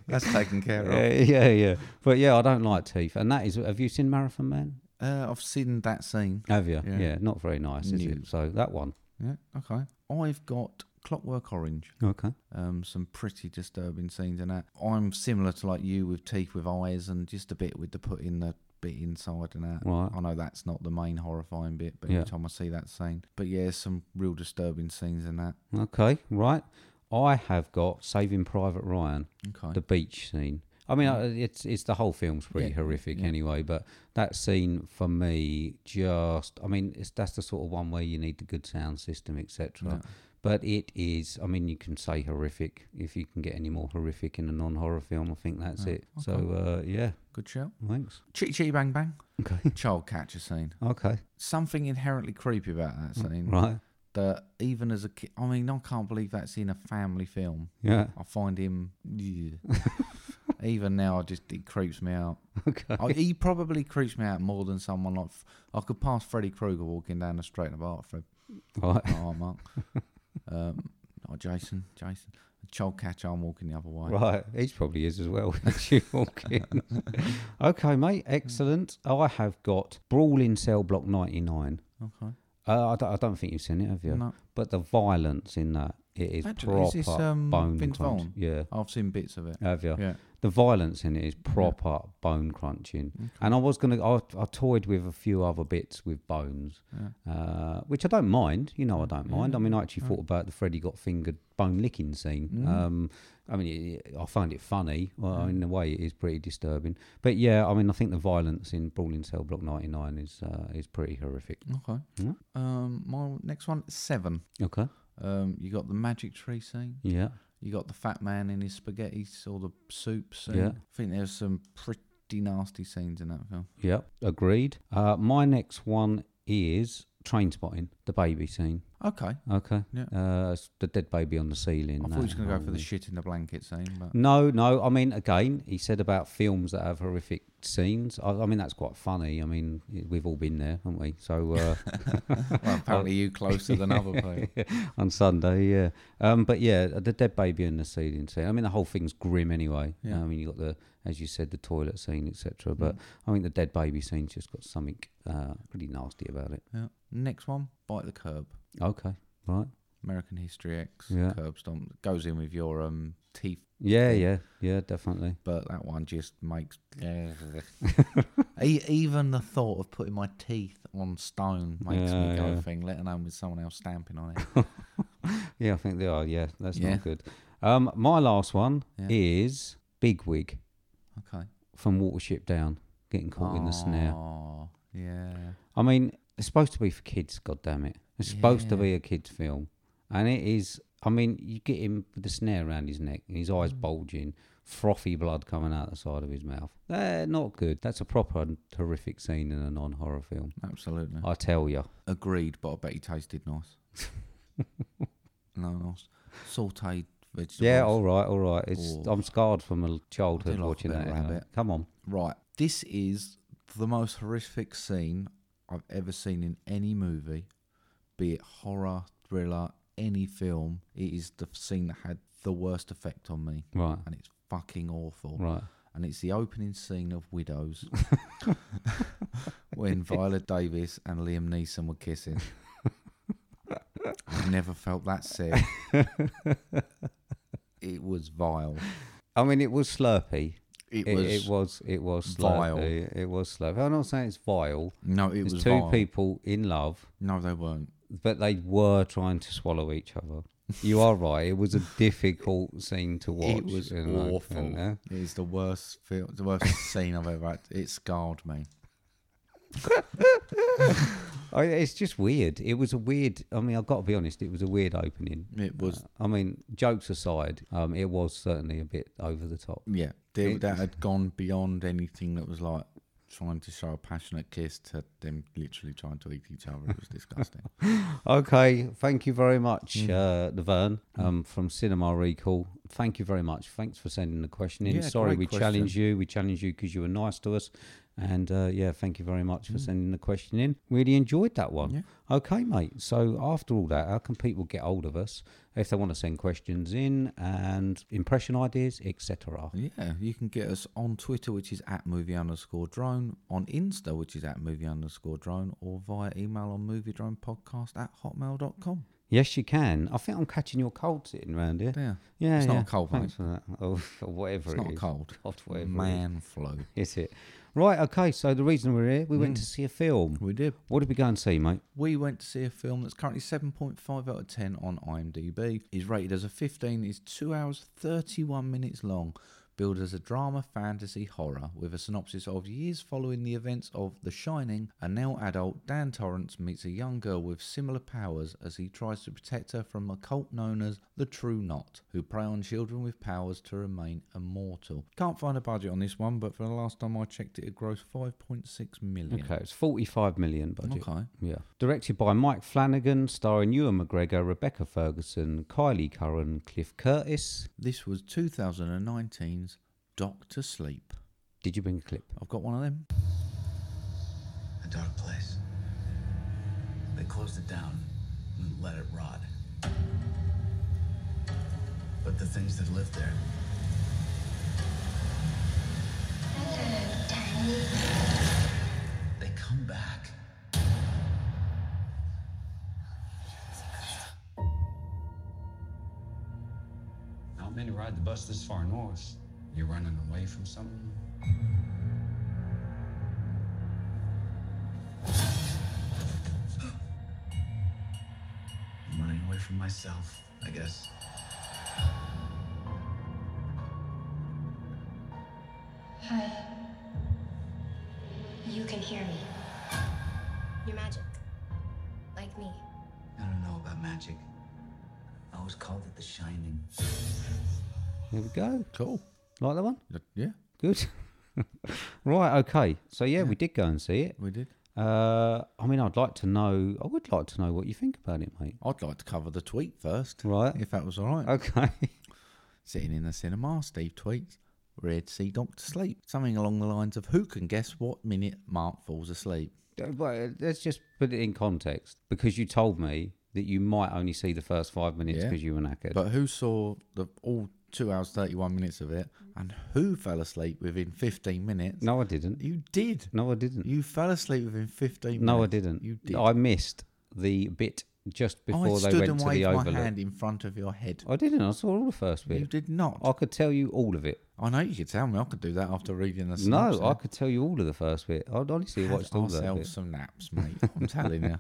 A: That's taken care of.
B: yeah, yeah, yeah. But yeah, I don't like teeth. And that is. Have you seen Marathon Man?
A: Uh, I've seen that scene.
B: Have you? Yeah,
A: Yeah.
B: not very nice, is
A: No.
B: it? So that one.
A: Yeah. Okay. I've got Clockwork Orange.
B: Okay.
A: um, some pretty disturbing scenes in that. I'm similar to like you with teeth with eyes and just a bit with the putting the bit inside and that.
B: Right.
A: I know that's not the main horrifying bit, but
B: Yeah.
A: every time I see that scene, but yeah, there's some real disturbing scenes in that.
B: Okay, right. I have got Saving Private Ryan,
A: Okay.
B: the beach scene. I mean, I- it's it's the whole film's pretty
A: Yeah,
B: horrific
A: yeah.
B: anyway, but that scene for me just, I mean, it's that's the sort of one where you need the good sound system, etc.
A: Yeah.
B: But it is, I mean, you can say horrific if you can get any more horrific in a non horror film. I think that's
A: Yeah,
B: it.
A: Oh, okay.
B: So, uh, yeah,
A: Good show.
B: thanks.
A: Chitty chitty bang bang.
B: Okay.
A: Child catcher scene.
B: okay.
A: Something inherently creepy about that scene.
B: Mm, Right.
A: That even as a kid, I mean, I can't believe that's in a family film.
B: Yeah.
A: I find him. even now, I just it creeps me out.
B: Okay.
A: I, he Oh, probably creeps me out more than someone like F- I could pass Freddy Krueger walking down the street and I'd Fred.
B: Right.
A: Oh, Mark. um, oh, Jason. Jason. Child catcher. I'm walking the other way.
B: Right, he probably is as well. as you walk in. okay, mate, excellent. Oh, I have got Brawl in Cell Block 99.
A: Okay.
B: Uh, I, don't, I don't think you've seen it, have you?
A: No,
B: But the violence in that, it is
A: Actually,
B: proper
A: is this, um,
B: bone
A: Vince
B: crunch.
A: Vaughn?
B: Yeah,
A: I've seen bits of it.
B: have you?
A: Yeah.
B: The violence in it is proper bone crunching. And I was going to, I I toyed with a few other bits with bones,
A: Yeah.
B: uh, which I don't mind. You know, I don't mind. I mean, I actually thought about the Freddy got fingered bone licking scene.
A: Mm.
B: Um, I mean, it, I find it funny. Well, in a way, it is pretty disturbing. But yeah, I mean, I think the violence in Brawling Cell Block 99 is uh, is pretty horrific.
A: Okay.
B: Yeah.
A: Um, my next one seven.
B: Okay.
A: Um, you got the magic tree scene.
B: Yeah.
A: You got the fat man in his spaghetti or the soup scene.
B: Yeah.
A: I think there's some pretty nasty scenes in that film.
B: Yeah. Agreed. Uh, my next one is train spotting, the baby scene.
A: Okay.
B: Okay.
A: Yeah.
B: Uh, it's the dead baby on the ceiling.
A: I thought he was
B: that
A: going to go
B: whole-
A: for the shit in the blanket scene, but
B: No, no. I mean, again, he said about films that have horrific scenes. I, I mean, that's quite funny. I mean, i- we've all been there, haven't we? So uh,
A: well, apparently you closer than other people.
B: on Sunday, yeah. Um, but yeah, the dead baby and the ceiling scene. I mean, the whole thing's grim anyway.
A: Yeah. Mm.
B: I mean, you got the, as you said, the toilet scene, etc. But I think the dead baby scene's just got something uh, pretty nasty about it.
A: Yeah. Next one, bite the curb.
B: Okay, right.
A: American History X,
B: Yeah.
A: curb stomp goes in with your um teeth,
B: Yeah,
A: Okay.
B: yeah, yeah, definitely.
A: but that one just makes. E- Even the thought of putting my teeth on stone makes
B: Yeah,
A: me go
B: yeah.
A: thing. Let alone with someone else stamping on it.
B: Yeah, I think they are. Yeah, that's
A: Yeah.
B: not good. Um, my last one
A: Yeah.
B: is Bigwig
A: Okay.
B: from Watership Down getting caught in the snare.
A: Oh, yeah.
B: I mean, it's supposed to be for kids. God damn it! It's supposed to
A: Yeah.
B: be a kids' film, and it is. I mean, you get him with the snare around his neck, and his eyes
A: Mm.
B: bulging, frothy blood coming out the side of his mouth. Eh, not good. That's a proper horrific scene in a non-horror film.
A: Absolutely.
B: I tell you.
A: Agreed, but I bet he tasted nice. no, nice. Sauteed vegetables.
B: Yeah, all right, all right. It's
A: Oof.
B: I'm scarred from a
A: I
B: childhood
A: do like a
B: watching
A: bit of
B: that. you know.
A: rabbit.
B: Come on.
A: Right. This is the most horrific scene I've ever seen in any movie, be it horror, thriller, any film. It is the scene that had the worst effect on me,
B: Right.
A: and it's fucking awful.
B: Right.
A: and it's the opening scene of Widows when Viola Davis and Liam Neeson were kissing. I've never felt that sick. it was vile.
B: I mean, it was slurpy.
A: It,
B: It,
A: was,
B: it was. It was
A: vile.
B: slurpy. It was slurpy. I'm not saying it's vile.
A: no, it
B: It's
A: was
B: two
A: vile.
B: people in love,
A: No, they weren't.
B: but they were trying to swallow each other. You are right. It was a difficult scene to watch.
A: it was
B: you know,
A: awful.
B: yeah.
A: It is the worst film, the worst scene I've ever had. It scarred me.
B: I, it's just weird. It was a weird. I mean, I've got to be honest. It was a weird opening.
A: It was
B: I mean, jokes aside, um, it was certainly a bit over the top.
A: yeah, they,
B: It-
A: that had gone beyond anything that was like trying to show a passionate kiss to them literally trying to eat each other. It was disgusting.
B: Okay, thank you very much,
A: Mm-hmm.
B: uh, Laverne um, from Cinema Recall. Thank you very much. Thanks for sending the question in.
A: Yeah,
B: Sorry,
A: great
B: we
A: question.
B: challenged you. We challenged you because you were nice to us. And uh, yeah, thank you very much for
A: Mm-hmm.
B: sending the question in. Really enjoyed that one. Okay, mate. So after all that, how can people get hold of us if they want to send questions in and impression ideas, etc.?
A: Yeah, you can get us on Twitter, which is at movie underscore drone, on Insta, which is at movie underscore drone, or via email on movie drone podcast at hotmail.com.
B: Yes, you can. I think I'm catching your cold sitting round here.
A: Yeah,
B: Yeah,
A: It's not a
B: yeah.
A: cold, mate.
B: Thanks for that. Oh, or whatever
A: it's
B: it
A: not a
B: is.
A: cold.
B: God, whatever it is.
A: Man flu.
B: Is it? Right, okay, so the reason we're here, we went to see a film.
A: We did.
B: What did we go and see, mate?
A: We went to see a film that's currently 7.5 out of 10 on IMDb. Is rated as a 15, is 2 hours 31 minutes long. billed as a drama, fantasy, horror, with a synopsis of years following the events of The Shining, a now adult Dan Torrance meets a young girl with similar powers as he tries to protect her from a cult known as the True Knot, who prey on children with powers to remain immortal. Can't find a budget on this one, but for the last time I checked, it had grossed 5.6 million.
B: Okay, it's 45 million budget.
A: Okay.
B: Yeah. Directed by Mike Flanagan, starring Ewan McGregor, Rebecca Ferguson, Kylie Curran, Cliff Curtis.
A: This was 2019's Doctor Sleep.
B: Did you bring a clip?
A: I've got one of them.
D: a dark place. They closed it down and let it rot. But the things that lived there, they come back.
E: How many ride the bus this far north? You're running away from something?
D: I'm running away from myself, I guess.
F: Hi. You can hear me. You're magic. Like me.
D: I don't know about magic. I always called it the shining.
B: There we go.
A: Cool.
B: Like that one?
A: Yeah,
B: Good. right, okay. So, yeah, we did go and see it.
A: we did.
B: Uh, I mean, I'd like to know, I would like to know what you think about it, mate.
A: I'd like to cover the tweet first,
B: Right.
A: if that was all right.
B: Okay.
A: Sitting in the cinema, Steve tweets, Red Sea Doctor Sleep. Something along the lines of, who can guess what minute Mark falls asleep?
B: Uh, well, Let's just put it in context because you told me that you might only see the first five minutes
A: Yeah.
B: because you were knackered.
A: But who saw the all two hours, 31 minutes of it, and who fell asleep within 15 minutes?
B: no, I didn't.
A: You did.
B: No, I didn't.
A: You fell asleep within 15 minutes.
B: No, I didn't.
A: You did.
B: I missed the bit just before
A: I stood
B: they went
A: and
B: to the
A: waved my
B: overlook.
A: hand in front of your head.
B: I didn't. I saw all the first bit.
A: You did not.
B: I could tell you all of it.
A: I know you could tell me. I could do that after reading the synopsis.
B: No, I could tell you all of the first bit. I'd honestly
A: eh? Have
B: watched all of that.
A: ourselves
B: Bit.
A: some naps, mate. I'm telling you.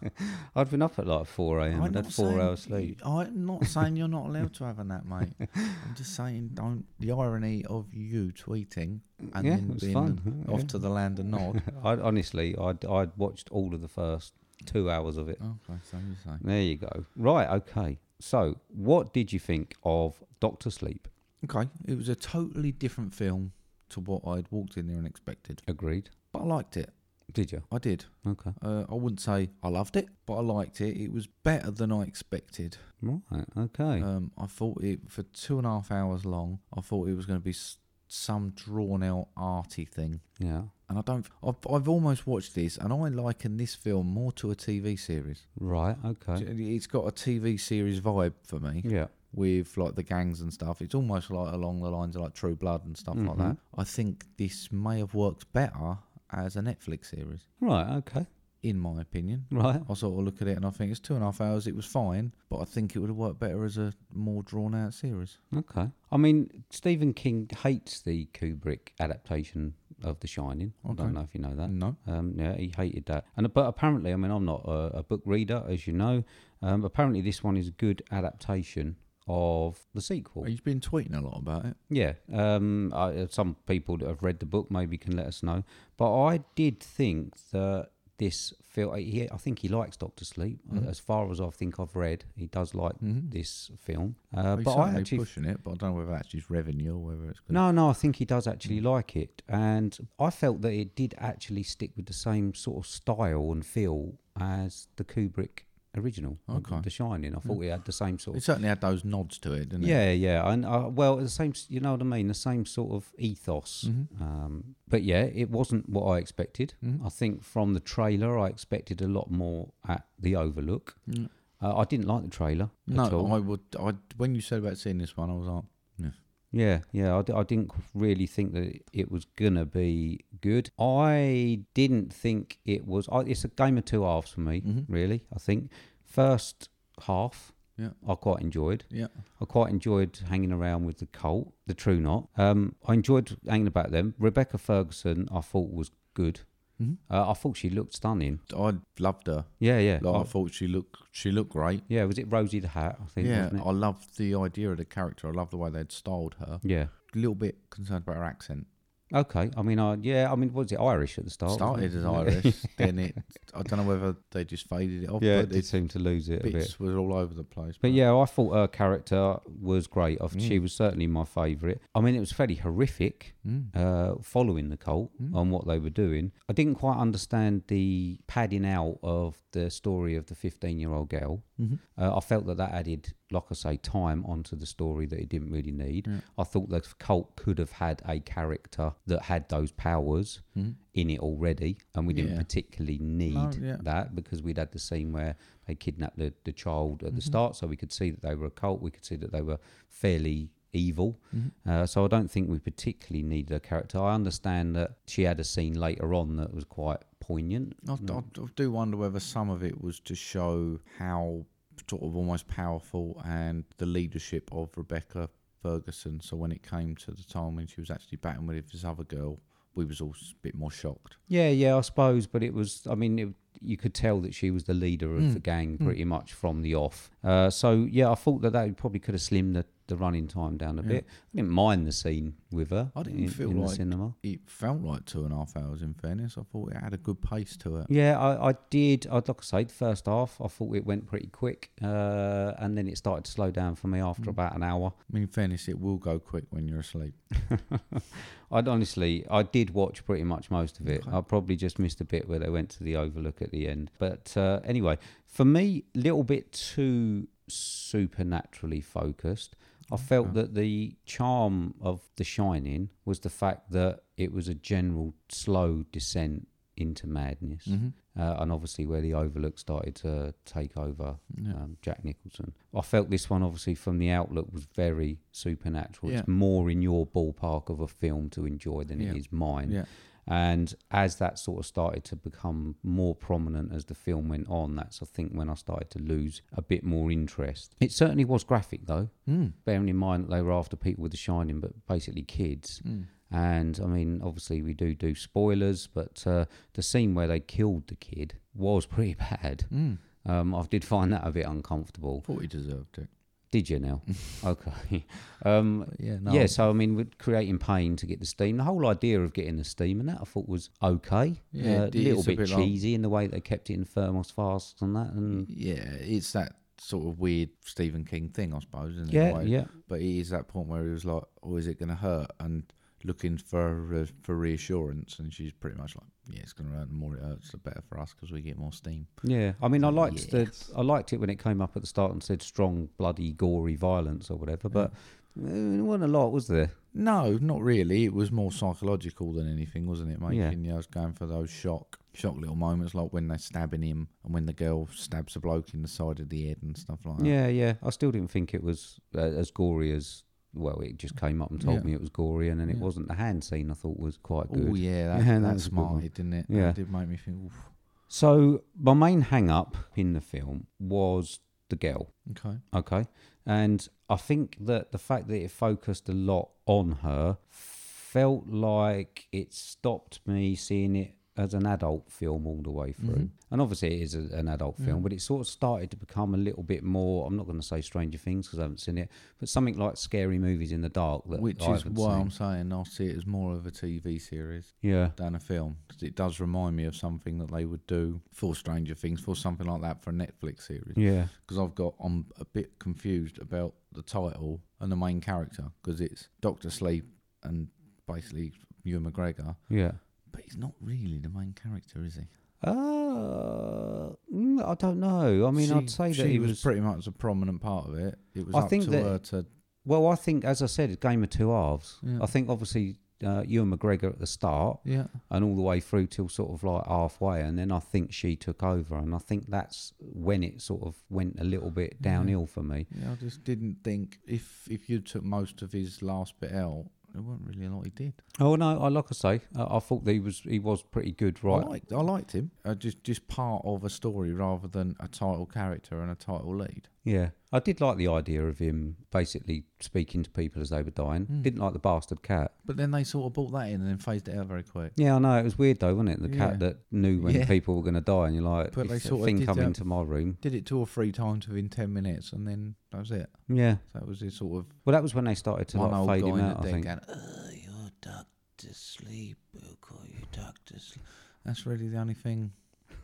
B: I'd been up at like 4 a.m.
A: I'm
B: and
A: not
B: had four
A: saying-
B: hours sleep.
A: I'm not saying you're not allowed to have a nap, mate. I'm just saying don't. The irony of you tweeting and
B: Yeah,
A: then
B: it was
A: being
B: fun.
A: off
B: Yeah.
A: to the land of Nod.
B: I honestly, I'd, I'd watched all of the first two hours of it.
A: okay, so you say.
B: There you go. Right. Okay. So, what did you think of Doctor Sleep?
A: Okay, it was a totally different film to what I'd walked in there and expected,
B: Agreed.
A: but I liked it.
B: Did you?
A: I did.
B: Okay.
A: Uh, I wouldn't say I loved it, but I liked it. It was better than I expected.
B: Right. Okay.
A: Um, I thought it for two and a half hours long. I thought it was going to be s- some drawn out arty thing,
B: yeah.
A: and I don't. I've, I've almost watched this, and I liken this film more to a TV series.
B: Right. Okay.
A: It's got a TV series vibe for me
B: Yeah.
A: with like the gangs and stuff. It's almost like along the lines of like True Blood and stuff like that.
B: Mm-hmm.
A: I think this may have worked better as a Netflix series,
B: Right. Okay.
A: in my opinion.
B: Right.
A: I sort of look at it and I think it's two and a half hours. It was fine, but I think it would have worked better as a more drawn out series.
B: Okay. I mean, Stephen King hates the Kubrick adaptation of The Shining. I don't know if you know that.
A: No.
B: Um, yeah, he hated that. And uh, but apparently, I mean, I'm not a, a book reader, as you know. Um, apparently, this one is a good adaptation of the sequel.
A: You've been tweeting a lot about it.
B: Yeah. Um, I, some people that have read the book maybe can let us know. But I did think that this film, he, I think he likes Doctor Sleep.
A: Mm-hmm.
B: As far as I think I've read, he does like this film. Uh,
A: He's
B: but I
A: Mm-hmm. certainly
B: actually
A: pushing it, but I don't know whether that's just revenue or whether it's good.
B: no, no, I think he does actually
A: Mm-hmm.
B: like it. And I felt that it did actually stick with the same sort of style and feel as the Kubrick original,
A: Okay. Mm.
B: The Shining. I thought it had the same sort
A: It
B: of.
A: certainly had those nods to it, didn't it?
B: Yeah, yeah, and uh, well, the same. s- You know what I mean? The same sort of ethos.
A: Mm-hmm.
B: Um, but yeah, it wasn't what I expected. I think from the trailer, I expected a lot more at the Overlook. Uh, I didn't like the trailer at all.
A: No, I would. I when you said about seeing this one, I was like, yeah.
B: Yeah, yeah. I, d- I didn't really think that it was gonna be good. I didn't think it was. I, it's a game of two halves for me, really. I think first half,
A: Mm-hmm. Yeah.
B: I quite enjoyed.
A: yeah.
B: I quite enjoyed hanging around with the cult, the True Knot. Um, I enjoyed hanging about them. Rebecca Ferguson, I thought was good.
A: Mm-hmm.
B: Uh, I thought she looked stunning.
A: I loved her.
B: Yeah, yeah.
A: Like, I
B: I-
A: thought she looked she looked great.
B: yeah, was it Rosie the Hat? I think.
A: Yeah,
B: Wasn't it?
A: I loved the idea of the character. I loved the way they'd styled her.
B: yeah.
A: little bit concerned about her accent.
B: Okay. I mean, I yeah. I mean, was it Irish at the start? wasn't
A: Started
B: it?
A: as Irish, then it. I don't know whether they just faded it off.
B: Yeah, it
A: but
B: did
A: the
B: seem to lose it a bit.
A: bits was all over the place.
B: But yeah, I thought her character was great. I th-
A: Mm.
B: She was certainly my favourite. I mean, it was fairly horrific
A: Mm.
B: uh, following the cult on what they were doing. I didn't quite understand the padding out of the story of the 15 year old girl. Uh, I felt that that added, like I say, time onto the story that it didn't really need. I thought the cult could have had a character that had those powers in it already, and we didn't
A: Yeah.
B: particularly need
A: yeah.
B: that because we'd had the scene where they kidnapped the, the child at the start, so we could see that they were a cult. We could see that they were fairly evil. Uh, so I don't think we particularly needed a character. I understand that she had a scene later on that was quite poignant.
A: I, I- I do wonder whether some of it was to show how sort of almost powerful and the leadership of Rebecca Ferguson. So when it came to the time when she was actually batting with this other girl, we was all a bit more shocked.
B: Yeah, yeah, I suppose, but it was. I mean, it, you could tell that she was the leader of the gang pretty much from the off. Uh, so yeah, I thought that that probably could have slimmed the, the running time down a bit. I didn't mind the scene with her.
A: I didn't
B: in,
A: feel
B: in
A: like
B: the cinema.
A: it felt like two and a half hours. In fairness, I thought it had a good pace to it.
B: Yeah, I, I did. I'd like I say, the first half, I thought it went pretty quick, uh, and then it started to slow down for me after about an hour.
A: I mean, in fairness, it will go quick when you're asleep.
B: I'd honestly, I did watch pretty much most of it. I probably just missed a bit where they went to the Overlook at the end. But uh, anyway, for me, little bit too supernaturally focused. I felt that the charm of The Shining was the fact that it was a general slow descent into madness.
A: Mm-hmm.
B: Uh, and obviously, where the Overlook started to take over
A: Uh,
B: um, Jack Nicholson. I felt this one, obviously, from the outlook, was very supernatural.
A: Yeah.
B: It's more in your ballpark of a film to enjoy than it
A: Yeah.
B: is mine.
A: Yeah.
B: And as that sort of started to become more prominent as the film went on, that's I think when I started to lose a bit more interest. It certainly was graphic though, mm. bearing in mind that they were after people with The Shining, but basically kids.
A: Mm.
B: And I mean, obviously we do do spoilers, but uh, the scene where they killed the kid was pretty bad. Um, I did find that a bit uncomfortable.
A: Thought he deserved it.
B: Did you now? okay. Um,
A: yeah, no.
B: Yeah, so I mean, with creating pain to get the steam, the whole idea of getting the steam and that I thought was okay.
A: Yeah,
B: Uh,
A: it
B: a little
A: is a
B: bit,
A: bit like-
B: cheesy in the way they kept it in thermos flasks and that. And
A: Yeah, it's that sort of weird Stephen King thing, I suppose. Isn't it?
B: Yeah,
A: Like,
B: yeah.
A: But it is that point where he was like, "Oh, is it going to hurt?" and looking for uh, for reassurance, and she's pretty much like, "Yeah, it's going to hurt. The more it hurts, the better for us because we get more steam."
B: yeah, I mean, I liked the I liked it when it came up at the start and said strong, bloody, gory violence or whatever, but uh,
A: Mm.
B: there wasn't a lot, was there?
A: No, not really. It was more psychological than anything, wasn't it? Making
B: Yeah.
A: you know, I was going for those shock, shock little moments, like when they're stabbing him and when the girl stabs a bloke in the side of the head and stuff like that.
B: Yeah, yeah. I still didn't think it was uh, as gory as. Well, it just came up and told
A: Yeah.
B: me it was gory, and then it wasn't. The hand scene I thought was quite good.
A: Oh yeah, that,
B: Yeah,
A: that,
B: that was a good one.
A: smarted, didn't it? That
B: Yeah.
A: did make me think. Oof,
B: So my main hang up in the film was the girl.
A: okay.
B: Okay. And I think that the fact that it focused a lot on her felt like it stopped me seeing it as an adult film all the way through.
A: Mm-hmm.
B: And obviously it is a, an adult film, but it sort of started to become a little bit more, I'm not going to say Stranger Things because I haven't seen it, but something like Scary Movies in the Dark that
A: Which
B: I
A: is
B: haven't
A: why
B: seen.
A: I'm saying I see it as more of a TV series
B: Yeah.
A: than a film 'cause it does remind me of something that they would do for Stranger Things, for something like that, for a Netflix series.
B: Yeah.
A: because I've got I'm a bit confused about the title and the main character because it's Doctor Sleep and basically Ewan McGregor,
B: Yeah.
A: but he's not really the main character, is he?
B: Uh, mm, I don't know. I mean,
A: She-
B: I'd say that
A: she
B: it
A: was, pretty much a prominent part of it. It was
B: I
A: up
B: think
A: to
B: that-
A: her to
B: Well, I think, as I said, a game of two halves.
A: Yeah.
B: I think obviously uh, Ewan McGregor at the start
A: yeah
B: and all the way through till sort of like halfway, and then I think she took over, and I think that's when it sort of went a little bit downhill for me.
A: yeah. I just didn't think if if you took most of his last bit out, it wasn't really a lot he did.
B: Oh no, I like I say, I, I thought that he was he was pretty good, right?
A: I liked I liked him. Uh, just just part of a story rather than a title character and a title lead.
B: Yeah. I did like the idea of him basically speaking to people as they were dying. Didn't like the bastard cat.
A: But then they sort of brought that in and then phased it out very quick.
B: Yeah, I know. It was weird though, wasn't it?
A: Yeah.
B: The cat that knew when
A: Yeah.
B: people were going to die, and you're like,
A: But
B: if
A: they
B: a
A: sort of
B: thing
A: did
B: come
A: that-
B: into my room.
A: Did it two or three times within 10 minutes and then that was it.
B: Yeah.
A: So that was his sort of
B: Well, that was when they started to
A: one
B: like
A: old guy
B: fade him
A: in
B: out.
A: the
B: I
A: deck
B: think.
A: going, oh, you're duck to sleep, Book, or you duck to sleep. That's really the only thing.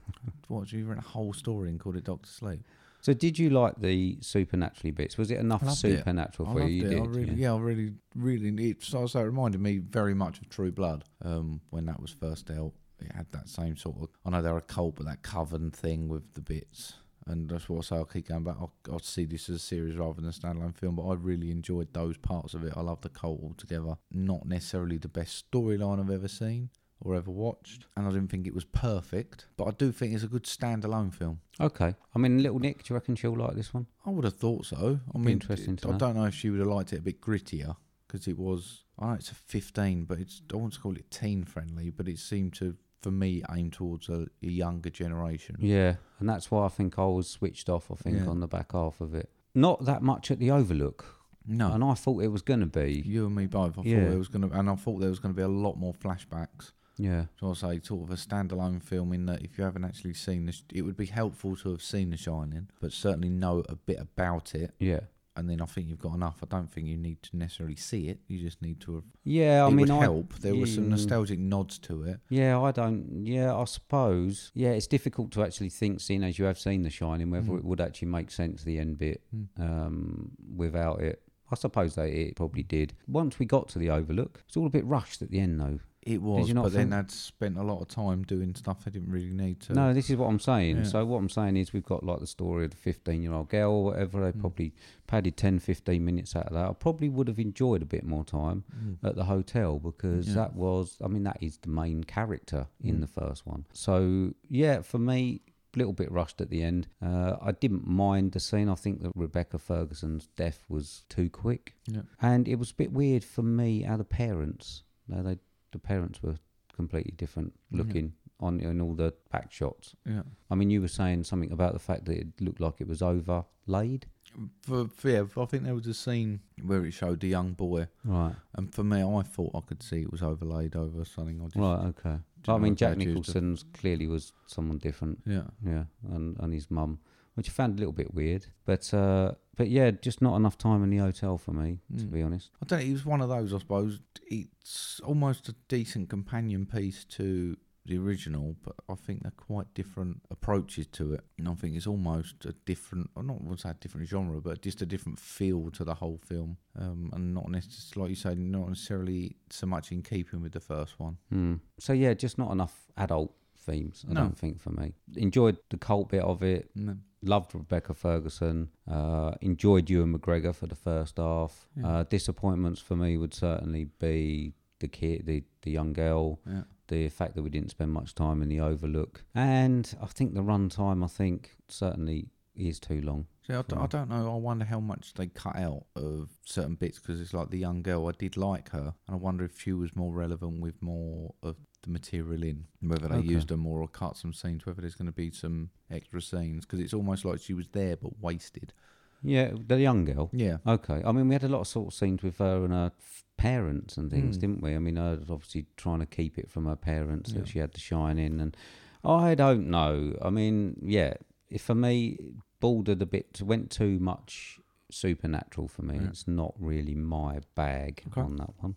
A: What, you written a whole story and called it Doctor Sleep?
B: So, did you like the supernaturally bits? Was it enough
A: loved it.
B: supernatural
A: I
B: for
A: loved
B: you?
A: it.
B: You
A: I
B: did,
A: really,
B: yeah.
A: yeah. I really, really. It so, so it reminded me very much of True Blood um, when that was first out. It had that same sort of. I know they're a cult, but that coven thing with the bits, and that's what I say. I'll keep going back. I'll, I'll see this as a series rather than a standalone film. But I really enjoyed those parts of it. I love the cult altogether. Not necessarily the best storyline I've ever seen or ever watched, and I didn't think it was perfect. But I do think it's a good standalone film.
B: Okay. I mean, little Nick, do you reckon she'll like this one?
A: I would have thought so. I mean,
B: interesting to
A: I
B: know.
A: don't know if she would have liked it a bit grittier because it was. I know it's a 15, but it's. I want to call it teen friendly, but it seemed to, for me, aim towards a, a younger generation.
B: Yeah. And that's why I think I was switched off. I think
A: Yeah.
B: on the back half of it, not that much at the Overlook,
A: No,
B: and I thought it was going to be.
A: you and me both. I
B: Yeah.
A: thought there was gonna, and I thought there was gonna be a lot more flashbacks.
B: Yeah.
A: So I say, sort of a standalone film in that if you haven't actually seen this, it would be helpful to have seen The Shining, but certainly know a bit about it.
B: Yeah.
A: And then I think you've got enough. I don't think you need to necessarily see it. You just need to have
B: Yeah. I
A: it
B: mean,
A: would
B: I,
A: help. There were some
B: Mm.
A: nostalgic nods to it.
B: Yeah, I don't. Yeah, I suppose. Yeah, it's difficult to actually think, seeing as you have seen The Shining, whether it would actually make sense the end bit um, without it. I suppose they it probably did. Once we got to the Overlook, it's all a bit rushed at the end, though.
A: It was,
B: you not
A: but then
B: think-
A: they'd spent a lot of time doing stuff they didn't really need to.
B: No, this is what I'm saying.
A: Yeah.
B: So what I'm saying is we've got like the story of the 15 year old girl or whatever. They probably padded 10, 15 minutes out of that. I probably would have enjoyed a bit more time
A: Mm.
B: at the hotel because that was, I mean, that is the main character
A: Mm.
B: in the first one. So yeah, for me, little bit rushed at the end. Uh, I didn't mind the scene. I think that Rebecca Ferguson's death was too quick.
A: Yeah.
B: And it was a bit weird for me how the parents, no, they the parents were completely different looking on in all the back shots.
A: Yeah.
B: I mean, you were saying something about the fact that it looked like it was overlaid.
A: For, for, yeah, I think there was a scene where it showed the young boy,
B: Right.
A: and for me, I thought I could see it was overlaid over something. I just,
B: Right. Okay. But, I
A: know
B: mean,
A: if
B: Jack
A: they'd used a-
B: Nicholson's clearly was someone different.
A: Yeah.
B: Yeah, and and his mum, which I found a little bit weird. But uh, but yeah, just not enough time in the hotel for me,
A: Mm. Hmm.
B: to be honest.
A: I don't know, it was one of those, I suppose. It's almost a decent companion piece to the original, but I think they're quite different approaches to it. And I think it's almost a different, I not want to say a different genre, but just a different feel to the whole film. Um, and not necessarily, like you say, not necessarily so much in keeping with the first one.
B: Mm. So yeah, just not enough adult themes. I
A: No.
B: don't think for me. Enjoyed the cult bit of it.
A: No.
B: Loved Rebecca Ferguson. Uh, enjoyed Ewan McGregor for the first half. Uh, disappointments for me would certainly be the kid, the the young girl.
A: Yeah.
B: The fact that we didn't spend much time in the Overlook, and I think the runtime, I think certainly is too long.
A: See, I, d- I don't know. I wonder how much they cut out of certain bits because it's like the young girl. I did like her, and I wonder if she was more relevant with more of the material in, whether they
B: Okay.
A: used her more or cut some scenes, whether there's going to be some extra scenes because it's almost like she was there but wasted.
B: Yeah, the young girl.
A: Yeah,
B: Okay. I mean, we had a lot of sort of scenes with her and her f- parents and
A: Hmm.
B: things, didn't we? I mean, her was obviously trying to keep it from her parents that she had to shine in, and I don't know. I mean, yeah, if for me, it bordered a bit, went too much supernatural for me. It's not really my bag on that one.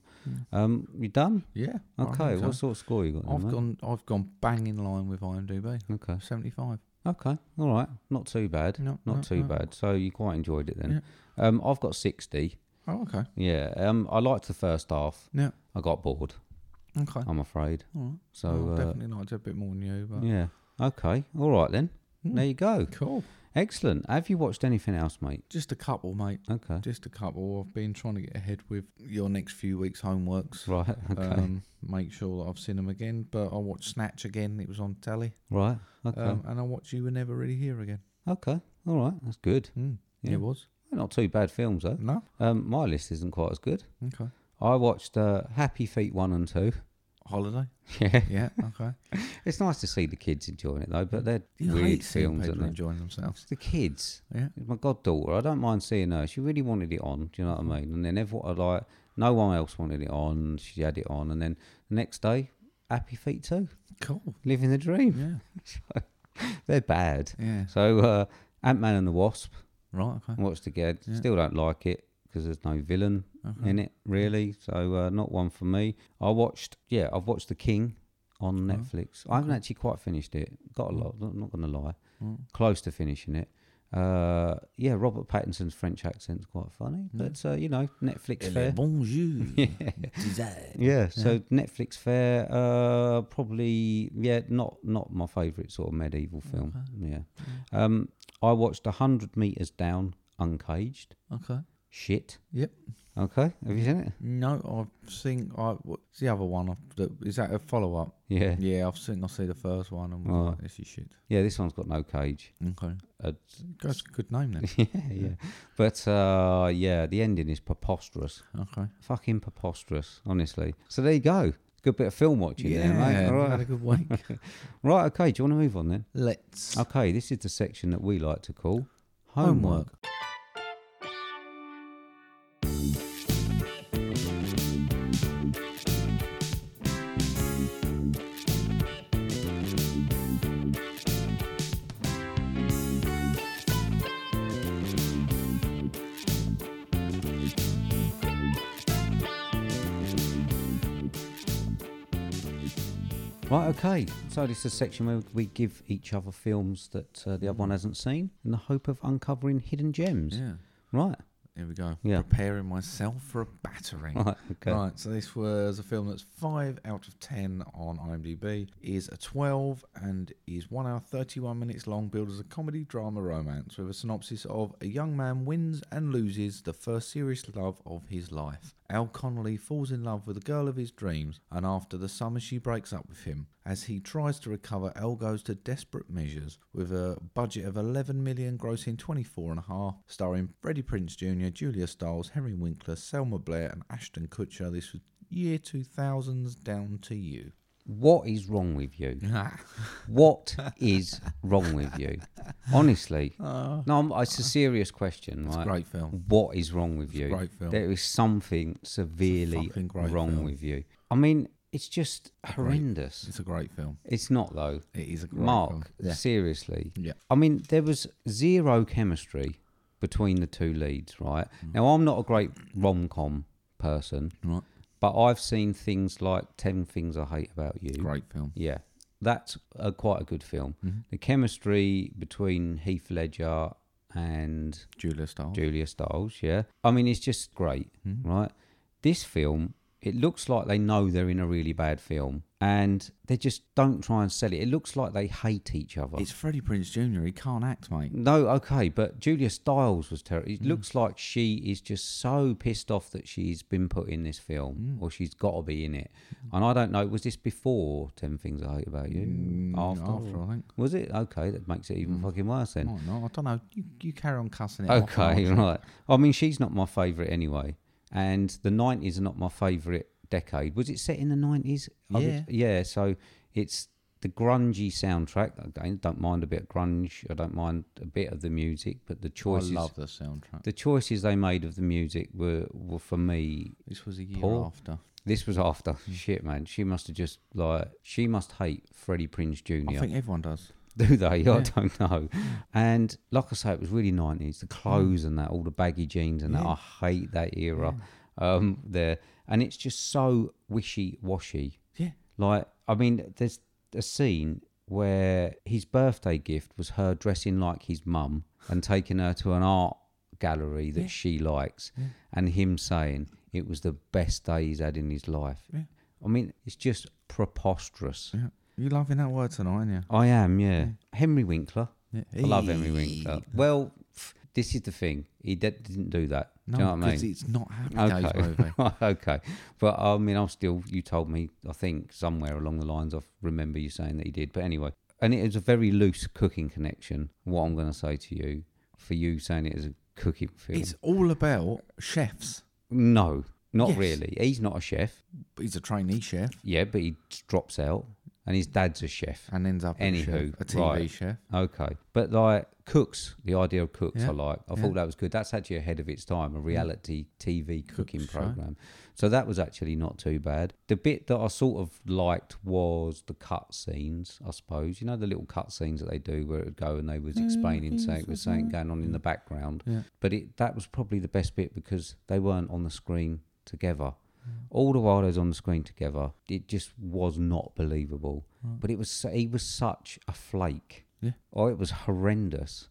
B: Um, you done?
A: yeah. I
B: Okay.
A: think so.
B: What sort of score you got? then,
A: I've
B: mate?
A: gone. I've gone bang in line with IMDb.
B: Okay.
A: Seventy-five.
B: Okay, all right, not too bad,
A: No,
B: not
A: no,
B: too
A: no.
B: bad. So you quite enjoyed it then. Um, I've got sixty.
A: Oh, okay.
B: Yeah, um, I liked the first half.
A: Yeah.
B: I got bored.
A: Okay.
B: I'm afraid.
A: All right.
B: So
A: Well,
B: uh,
A: definitely liked it a bit more than you, but Hmm.
B: yeah. Okay. All right then. There you go.
A: cool.
B: Excellent. Have you watched anything else, mate?
A: Just a couple, mate.
B: Okay.
A: Just a couple. I've been trying to get ahead with your next few weeks' homeworks.
B: Right. Okay.
A: Um, make sure that I've seen them again. But I watched Snatch again. It was on telly.
B: right. Okay.
A: Um, and I watched You Were Never Really Here again.
B: okay. All right. That's good.
A: Mm.
B: Hmm, Yeah.
A: It was.
B: Not too bad films though.
A: No.
B: Um, my list isn't quite as good.
A: Okay.
B: I watched uh, Happy Feet one and two.
A: Holiday?
B: Yeah.
A: Yeah, okay.
B: It's nice to see the kids enjoying it though, but they're
A: You
B: weird
A: hate seeing
B: films,
A: people
B: aren't they?
A: enjoying themselves.
B: The kids.
A: Yeah.
B: My goddaughter, I don't mind seeing her. She really wanted it on. Do you know what I mean? And then everyone like no one else wanted it on. She had it on, and then the next day, Happy Feet too,
A: Cool.
B: living the dream.
A: Yeah.
B: They're bad.
A: Yeah.
B: So uh, Ant Man and the Wasp,
A: Right, okay.
B: watched again. Still don't like it because there's no villain
A: Mm.
B: in it really. So uh, not one for me. I watched, yeah, I've watched The King on Netflix. I haven't actually quite finished it. Got a lot. I'm not going to lie, close to finishing it. Uh, yeah, Robert Pattinson's French accent's quite funny, but uh, you know, Netflix fair.
A: Bonjour.
B: Yeah, so Netflix fair, uh, probably yeah, not not my favourite sort of medieval film. Yeah, um, I watched hundred meters down, uncaged.
A: Okay.
B: Shit.
A: Yep.
B: Okay, have you seen it?
A: No, I've seen. I what's the other one? I've- that- Is that a follow up?
B: Yeah, yeah.
A: Yeah, I've seen. I see the first one and was
B: Oh.
A: like, this is shit.
B: this one's got no cage.
A: Okay,
B: Uh,
A: that's a good name then.
B: yeah, yeah, but uh, yeah, the ending is preposterous.
A: Okay,
B: Fucking preposterous, honestly. So there you go. Good bit of film watching there, mate.
A: yeah,
B: All
A: I've had a
B: right.
A: good week. Oh,
B: right, okay. Do you want to move on then?
A: Let's
B: Okay, this is the section that we like to call
A: homework.
B: Right, okay. So this is a section where we give each other films that uh, the other one hasn't seen in the hope of uncovering hidden gems.
A: Yeah,
B: Right.
A: here we go.
B: Yeah.
A: Preparing myself for a battering.
B: Right, okay.
A: Right, so this was a film that's five out of ten on IMDb, is a twelve, and is one hour thirty-one minutes long. Billed as a comedy, drama, romance, with a synopsis of a young man wins and loses the first serious love of his life. Al Connolly falls in love with the girl of his dreams, and after the summer, she breaks up with him. As he tries to recover, Al goes to desperate measures with a budget of 11 million, grossing 24 and a half, starring Freddie Prince Jr., Julia Stiles, Henry Winkler, Selma Blair, and Ashton Kutcher. This was year 2000's Down to You.
B: What is wrong with you?
A: Ah.
B: what is wrong with you? Honestly, no, I'm, it's a serious question.
A: Ah. a
B: right?
A: great film.
B: What is wrong with you?
A: a great film.
B: There is something severely
A: fucking great
B: wrong
A: film.
B: with you. I mean, it's just horrendous.
A: It's a great film.
B: It's not though.
A: It is a great film.
B: Mark,
A: Yeah.
B: seriously.
A: Yeah.
B: I mean, there was zero chemistry between the two leads, right? Now, I'm not a great rom com person,
A: Mm. Right.
B: but I've seen things like 10 Things I Hate About You.
A: Great film.
B: Yeah. That's a, quite a good film. The chemistry between Heath Ledger and
A: Julia Stiles.
B: Julia Stiles, yeah. I mean, it's just great, right? This film, it looks like they know they're in a really bad film and they just don't try and sell it. It looks like they hate each other.
A: It's Freddie Prince Jr. He can't act, mate.
B: no, okay, but Julia Stiles was terrible. It looks like she is just so pissed off that she's been put in this film or she's got to be in it. And I don't know, was this before 10 Things I Hate About You? after?
A: Mm, after, I think.
B: Was it? Okay, that makes it
A: Mm.
B: even fucking worse then.
A: Might not. I don't know. You, you carry on cussing it. off,
B: Okay,
A: Mark.
B: right. I mean, she's not my favourite anyway, and the nineties are not my favourite decade. Was it set in the nineties?
A: Yeah.
B: yeah. So it's the grungy soundtrack. I don't mind a bit of grunge. I don't mind a bit of the music, but the
A: I
B: choices,
A: love the soundtrack.
B: the choices they made of the music were were for me.
A: This was a year
B: Paul?
A: after.
B: This was after shit, man. She must have just like she must hate Freddie Prinze Jr.
A: I think everyone does.
B: do they? I don't know. And like I say, it was really nineties. The clothes and that, all the baggy jeans and that. I hate that era. Um, there and it's just so wishy washy.
A: Yeah.
B: Like I mean, there's a scene where his birthday gift was her dressing like his mum and taking her to an art gallery that she likes, and him saying it was the best day he's had in his life. I mean, it's just preposterous.
A: Yeah. You loving that word tonight, aren't you?
B: I am, yeah. Henry Winkler.
A: Yeah.
B: I love Henry Winkler. Well, pff, this is the thing. He d- didn't do that. do you know what I
A: because
B: mean?
A: it's not Happy Days
B: Okay.
A: movie.
B: okay. But I mean, I'm still, you told me, I think somewhere along the lines, I remember you saying that he did. But anyway, and it is a very loose cooking connection, what I'm going to say to you, for you saying it is a cooking film.
A: It's all about chefs.
B: No, Not
A: Yes.
B: really. He's not a chef.
A: But he's a trainee chef
B: Yeah, but he drops out, and his dad's a chef.
A: and ends up a, chef,
B: Anywho,
A: a TV
B: right.
A: chef.
B: Okay, but like cooks, the idea of cooks,
A: Yeah,
B: I like. I
A: yeah.
B: thought that was good. That's actually ahead of its time, a reality TV cooking
A: Cooks, right.
B: program. So that was actually not too bad. The bit that I sort of liked was the cut scenes, I suppose. You know the little cut scenes that they do where it would go and they
A: Mm,
B: was explaining something with something going on in the background.
A: Yeah.
B: But it that was probably the best bit because they weren't on the screen together.
A: Mm.
B: All the while they was on the screen together, it just was not believable. But it was so- he was such a flake.
A: Mm. Yeah.
B: Oh, it was horrendous.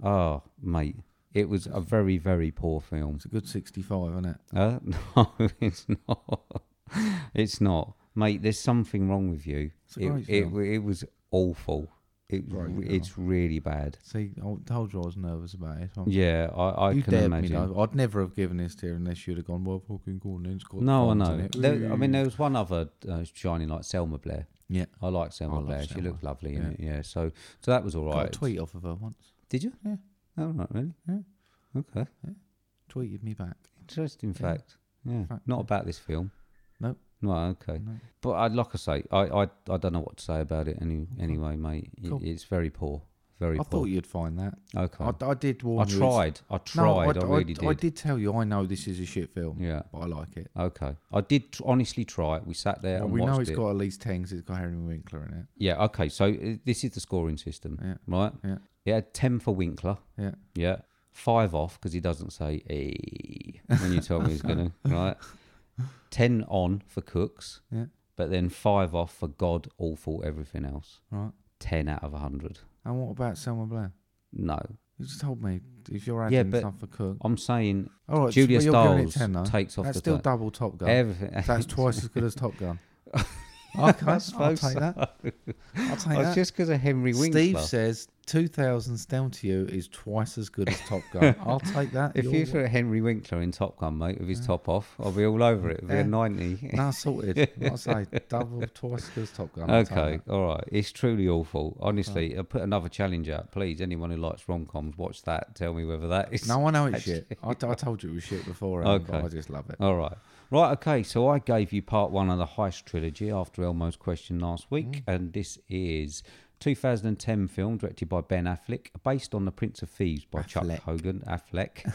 B: Oh, mate, it was a very very poor film.
A: It's a good 65, isn't it?
B: Uh, no, it's not. It's not, mate. There's something wrong with you.
A: It's a
B: it,
A: great
B: it,
A: film.
B: it was awful. It,
A: Great film.
B: it's really bad.
A: See, I told you I was nervous about it. I'm-
B: Yeah, I, I
A: you
B: can
A: dared
B: imagine.
A: me, though. I'd never have given this to you unless you'd have gone, well, fucking go on then. It's got
B: No, I
A: farms in
B: know.
A: it."
B: There, I mean, there was one other uh, shining light, Selma Blair.
A: yeah.
B: I like Selma
A: I love
B: Blair. She
A: Selma.
B: looked lovely
A: Yeah.
B: in it. Yeah. So, so that was all
A: Got a
B: right.
A: tweet off of her once.
B: Did you?
A: Yeah.
B: Oh, not really.
A: Yeah.
B: Okay.
A: Tweeted me back.
B: Interesting
A: Yeah.
B: fact. Yeah.
A: Fact,
B: Not
A: yeah.
B: about this film.
A: Nope.
B: No. Okay.
A: No.
B: But I, like I say, I, I, I don't know what to say about it. Any, anyway, mate, It-
A: Cool.
B: it's very poor. Very
A: I
B: poor.
A: thought you'd find that.
B: okay. I,
A: I, I did warn you. it's-
B: tried. I tried. I, really
A: I
B: did.
A: did tell you. I know this is a shit film,
B: Yeah.
A: but I like it.
B: Okay. I did tr- honestly try it. We sat there
A: Well,
B: and
A: we
B: watched
A: know it's
B: it.
A: got at least ten 'cause it's got Harry Winkler in it.
B: Yeah. Okay. So uh, this is the scoring system,
A: Yeah.
B: right?
A: Yeah.
B: It had ten for Winkler.
A: Yeah.
B: Yeah. Five off because he doesn't say e when you tell me he's gonna. Right. Ten on for Cooks.
A: Yeah.
B: But then five off for God, awful, everything else.
A: Right.
B: Ten out of a hundred.
A: And what about Selma Blair?
B: No,
A: You just told me if you're
B: Yeah,
A: adding
B: but-
A: stuff for Cook.
B: I'm saying
A: All right,
B: Julia
A: so you're giving it
B: Stiles
A: 10, though.
B: takes off
A: That's
B: the
A: still
B: top.
A: double Top Gun.
B: everything.
A: That's twice as good as Top Gun. okay, I'll take
B: suppose
A: that. I'll take
B: It's
A: that.
B: just because of Henry Winkler.
A: Steve says 2000s down to you is twice as good as Top Gun. I'll take that.
B: if
A: You're
B: you put Henry Winkler in Top Gun, mate, with his top off, I'll be all over it. It'll be
A: Yeah.
B: a 90.
A: now sorted. I say double, twice as good as Top Gun. I'll take
B: Okay,
A: that.
B: all right. It's truly awful. Honestly, I put another challenge out. Please, anyone who likes rom coms, watch that. Tell me whether that is.
A: No, I know it's shit. I, I told you it was shit before, Alan, but
B: Okay. Oh.
A: I just love it.
B: All right. Right, okay. So I gave you part one of the heist trilogy after Elmo's question last
A: Mm.
B: week. And this is 2010 film directed by Ben Affleck, based on The Prince of Thieves by
A: Affleck.
B: Chuck Hogan. Affleck.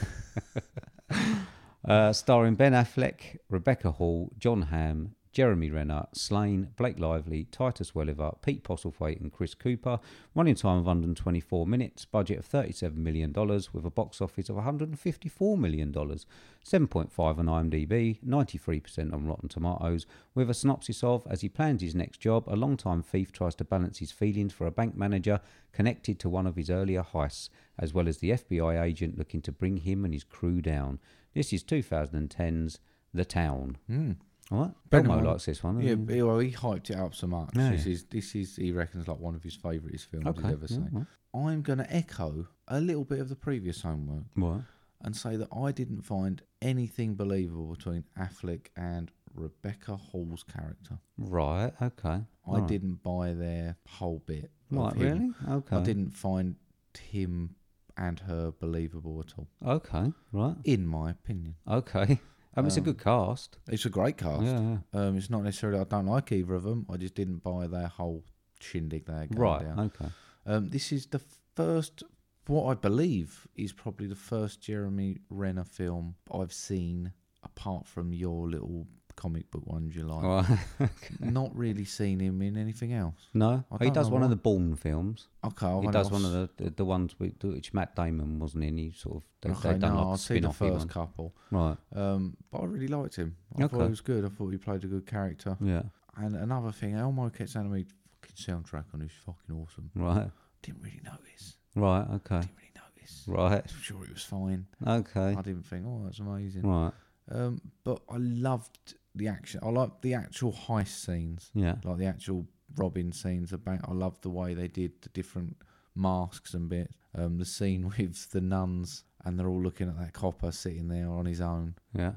B: uh, starring Ben Affleck, Rebecca Hall, John Hamm, Jeremy Renner, Slane, Blake Lively, Titus Welliver, Pete Postlethwaite, and Chris Cooper. Running time of 124 minutes, budget of $37 million, with a box office of $154 million, 7.5 on IMDb, 93% on Rotten Tomatoes, with a synopsis of As he plans his next job, a long-time thief tries to balance his feelings for a bank manager connected to one of his earlier heists, as well as the FBI agent looking to bring him and his crew down. This is 2010's The Town.
A: Mm.
B: All right?
A: Ben
B: Belmo
A: Affleck.
B: likes this one.
A: Yeah,
B: doesn't he?
A: but, well, he hyped it up so much.
B: Oh, Yeah.
A: This is this is he reckons like one of his favourite films
B: okay.
A: he's ever
B: yeah,
A: seen.
B: well.
A: I'm going to echo a little bit of the previous homework
B: What?
A: and say that I didn't find anything believable between Affleck and Rebecca Hall's character.
B: Right, okay.
A: I
B: All right.
A: didn't buy their whole bit. of
B: Right,
A: him.
B: really? Okay.
A: I didn't find him and her believable at all,
B: Okay, right.
A: in my opinion.
B: Okay. Um, it's a good cast.
A: It's a great cast.
B: Yeah, yeah.
A: Um, it's not necessarily I don't like either of them. I just didn't buy their whole shindig they had going
B: Right,
A: down.
B: okay.
A: Um, this is the first, what I believe is probably the first Jeremy Renner film I've seen, apart from your little comic book ones you like.
B: All right.
A: Not really seen him in anything else.
B: No,
A: I
B: he
A: don't
B: does
A: know
B: one
A: why. Oh,
B: of the Bourne films.
A: Okay, I'll
B: he does one of the, the, the ones with, which Matt Damon wasn't in. He sort of they,
A: Okay,
B: they've done
A: no,
B: like
A: I'll
B: a
A: see the
B: spin-off
A: first
B: one.
A: couple.
B: Right.
A: Um, but I really liked him. I thought
B: Okay.
A: he was good. I thought he played a good character.
B: Yeah.
A: And another thing, Elmo kept saying to me, "Fucking soundtrack on is fucking awesome."
B: Right.
A: Didn't really notice.
B: Right. Okay.
A: Didn't really notice.
B: Right.
A: I'm sure it was fine.
B: Okay.
A: I didn't think, "Oh, that's amazing."
B: Right.
A: Um, but I loved the action. I liked the actual heist scenes,
B: Yeah.
A: like the actual robbing scenes. About I loved the way they did the different masks and bits. Um, the scene with the nuns and they're all looking at that copper sitting there on his own,
B: Yeah.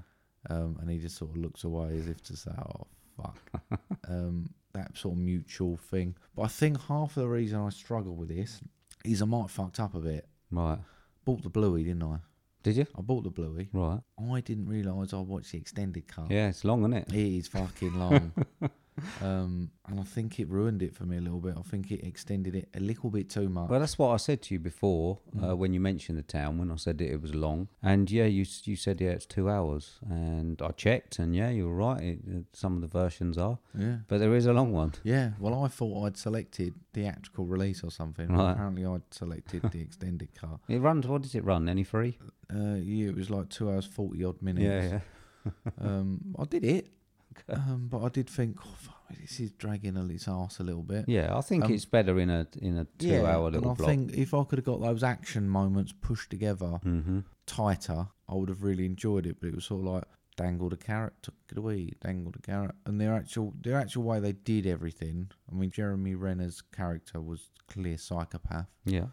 A: um, and he just sort of looks away as if to say, "Oh fuck." um, that sort of mutual thing. But I think half of the reason I struggle with this is I might have fucked up a bit.
B: Right.
A: Bought the bluey, didn't I?
B: Did you?
A: I bought the Bluey.
B: Right.
A: I didn't realise I watched the extended cut.
B: Yeah, it's long, isn't it?
A: It is fucking long. um, and I think it ruined it for me a little bit. I think it extended it a little bit too much.
B: Well, that's what I said to you before
A: Mm.
B: uh, when you mentioned the town. When I said that it was long, and yeah, you s- you said yeah, it's two hours, and I checked, and yeah, you're right. It, it, some of the versions are,
A: yeah.
B: but there is a long one.
A: Yeah, well, I thought I'd selected theatrical release or something. but
B: Right.
A: Apparently, I'd selected the extended cut.
B: It runs. What does it run? Any three?
A: Uh, yeah, it was like two hours forty odd minutes. Um, I did it, um, but I did think, oh, fuck, this is dragging a- its ass a little bit.
B: Yeah, I think
A: Um,
B: it's better in a in a two hour
A: and
B: little
A: I
B: block.
A: think if I could have got those action moments pushed together
B: hmm
A: tighter, I would have really enjoyed it. But it was sort of like dangled a carrot, took it away, dangled a carrot, and their actual their actual way they did everything. I mean, Jeremy Renner's character was clear psychopath.
B: Yeah,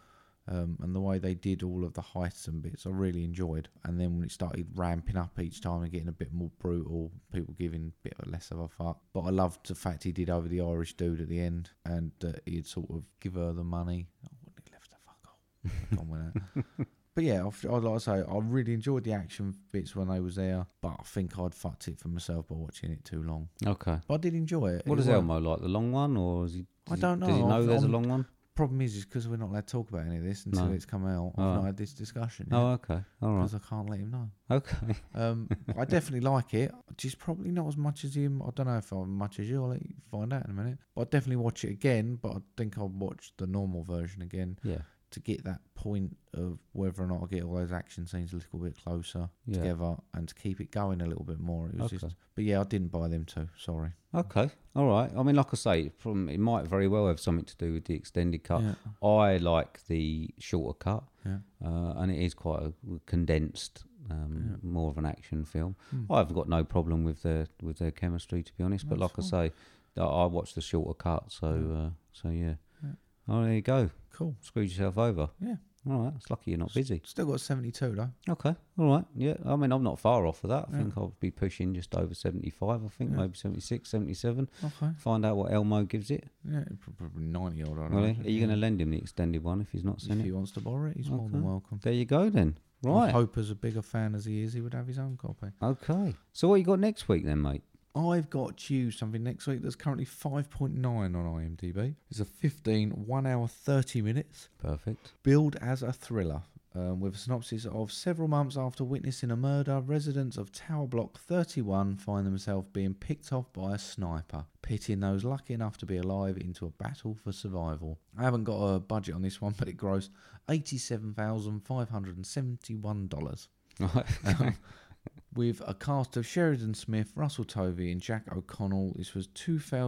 A: um, and the way they did all of the heists and bits, I really enjoyed. And then when it started ramping up each time and getting a bit more brutal, people giving a bit less of a fuck. But I loved the fact he did over the Irish dude at the end, and uh, he'd sort of give her the money. I wouldn't have left the fuck off. Gone with that. But yeah, I've- I'd like to say I really enjoyed the action bits when I was there, but I think I'd fucked it for myself by watching it too long.
B: okay.
A: But I did enjoy it.
B: What
A: It
B: does
A: wa-
B: Elmo like? The long one, or is he?
A: I
B: does he-
A: don't
B: Does he
A: know.
B: know
A: I've-
B: there's
A: I'm-
B: a long one?
A: Problem is, is because we're not allowed to talk about any of this until
B: No.
A: it's come out. I've
B: Oh.
A: not had this discussion. yet
B: Oh, okay. All right.
A: because I can't let him know.
B: Okay.
A: Um, but I definitely like it. Just probably not as much as him. I don't know if I'm much as you. I'll let you find out in a minute. But I definitely watch it again. But I think I'll watch the normal version again
B: Yeah.
A: to get that point of whether or not I get all those action scenes a little bit closer
B: Yeah.
A: together and to keep it going a little bit more. It was
B: Okay.
A: just, but yeah, I didn't buy them two. Sorry.
B: Okay. All right. I mean, like I say, from it might very well have something to do with the extended cut. I like the shorter cut,
A: Yeah.
B: uh, and it is quite a condensed, um, more of an action film.
A: Hmm.
B: I've got no problem with their with their chemistry, to be honest. But like I say, I, I watched the shorter cut, so uh, so yeah. Oh, there you go.
A: Cool.
B: Screwed yourself over.
A: Yeah.
B: All right. It's lucky you're not busy.
A: Still got seventy two though.
B: Okay. All right. Yeah. I mean, I'm not far off of that. I think I'll be pushing just over 75. I think maybe 76, 77.
A: Okay.
B: Find out what Elmo gives it.
A: Yeah, prob- probably ninety odd. I
B: Really?
A: imagine,
B: Are you going to
A: yeah.
B: lend him the extended one if he's not seen
A: If
B: it?
A: he wants to borrow it, he's more than
B: Okay.
A: welcome.
B: There you go then.
A: I
B: Right.
A: hope as a bigger fan as he is, he would have his own copy.
B: Okay. So what you got next week then, mate?
A: I've got you something next week that's currently 5.9 on IMDb. It's a 15, 1 hour 30 minutes,
B: Perfect.
A: billed as a thriller. Um, with a synopsis of several months after witnessing a murder, residents of Tower Block 31 find themselves being picked off by a sniper, pitting those lucky enough to be alive into a battle for survival. I haven't got a budget on this one, but it grossed $87,571.
B: Right.
A: with a cast of Sheridan Smith, Russell Tovey, and Jack O'Connell. This was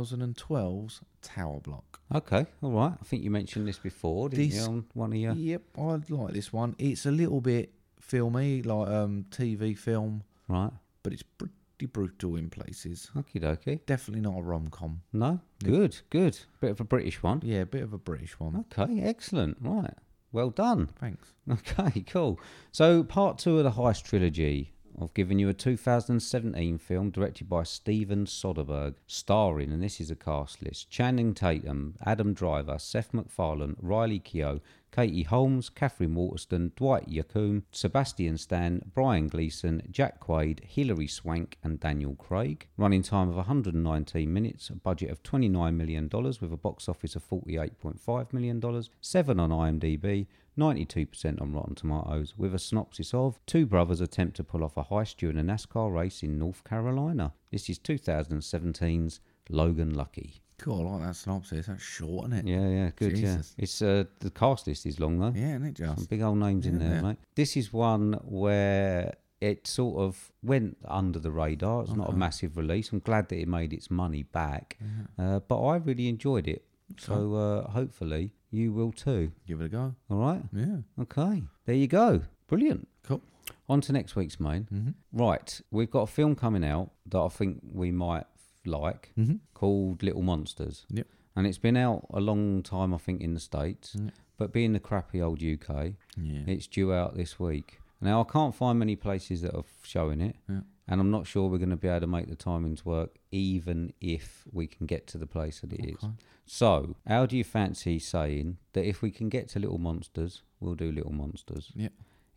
A: 2012's Tower Block.
B: okay. All right. I think you mentioned this before, didn't
A: This-
B: you? On one of your
A: Yep, I like this one. It's a little bit filmy, like um, TV film,
B: right.
A: but it's pretty brutal in places.
B: Okie dokie.
A: Definitely not a rom com.
B: No. Good. Good. Bit of a British one.
A: Yeah, a bit of a British one.
B: Okay. Excellent. Right. Well done.
A: Thanks.
B: Okay, cool. So, part two of the Heist trilogy. I've given you a 2017 film directed by Steven Soderbergh, starring, and this is a cast list Channing Tatum, Adam Driver, Seth MacFarlane, Riley Keough, Katie Holmes, Catherine Waterston, Dwight Yoakam, Sebastian Stan, Brian Gleeson, Jack Quaid, Hilary Swank, and Daniel Craig. Running time of 119 minutes, a budget of $29 million with a box office of $48.5 million, 7 on IMDb, 92% on Rotten Tomatoes, with a synopsis of Two brothers attempt to pull off a heist during a NASCAR race in North Carolina. This is 2017's Logan Lucky.
A: Cool, I like that synopsis. That's short, isn't it?
B: Yeah, yeah, good.
A: Jesus.
B: Yeah, it's uh, the cast list is long though.
A: Yeah, isn't it
B: Some
A: just?
B: big old names in
A: Yeah,
B: there,
A: yeah.
B: mate. This is one where it sort of went under the radar. It's not a massive release. I'm glad that it made its money back, uh, but I really enjoyed it. So uh, hopefully you will too.
A: Give it a go.
B: All right.
A: Yeah.
B: Okay. There you go. Brilliant.
A: Cool. Mm-hmm.
B: On to next week's main. Right, we've got a film coming out that I think we might like
A: Mm-hmm.
B: called Little Monsters.
A: Yep.
B: And it's been out a long time, I think, in the States. But being the crappy old UK,
A: Yeah.
B: it's due out this week. Now, I can't find many places that are showing it. And I'm not sure we're going to be able to make the timings work, even if we can get to the place that it is. So, how do you fancy saying that if we can get to Little Monsters, we'll do Little Monsters?
A: Yep.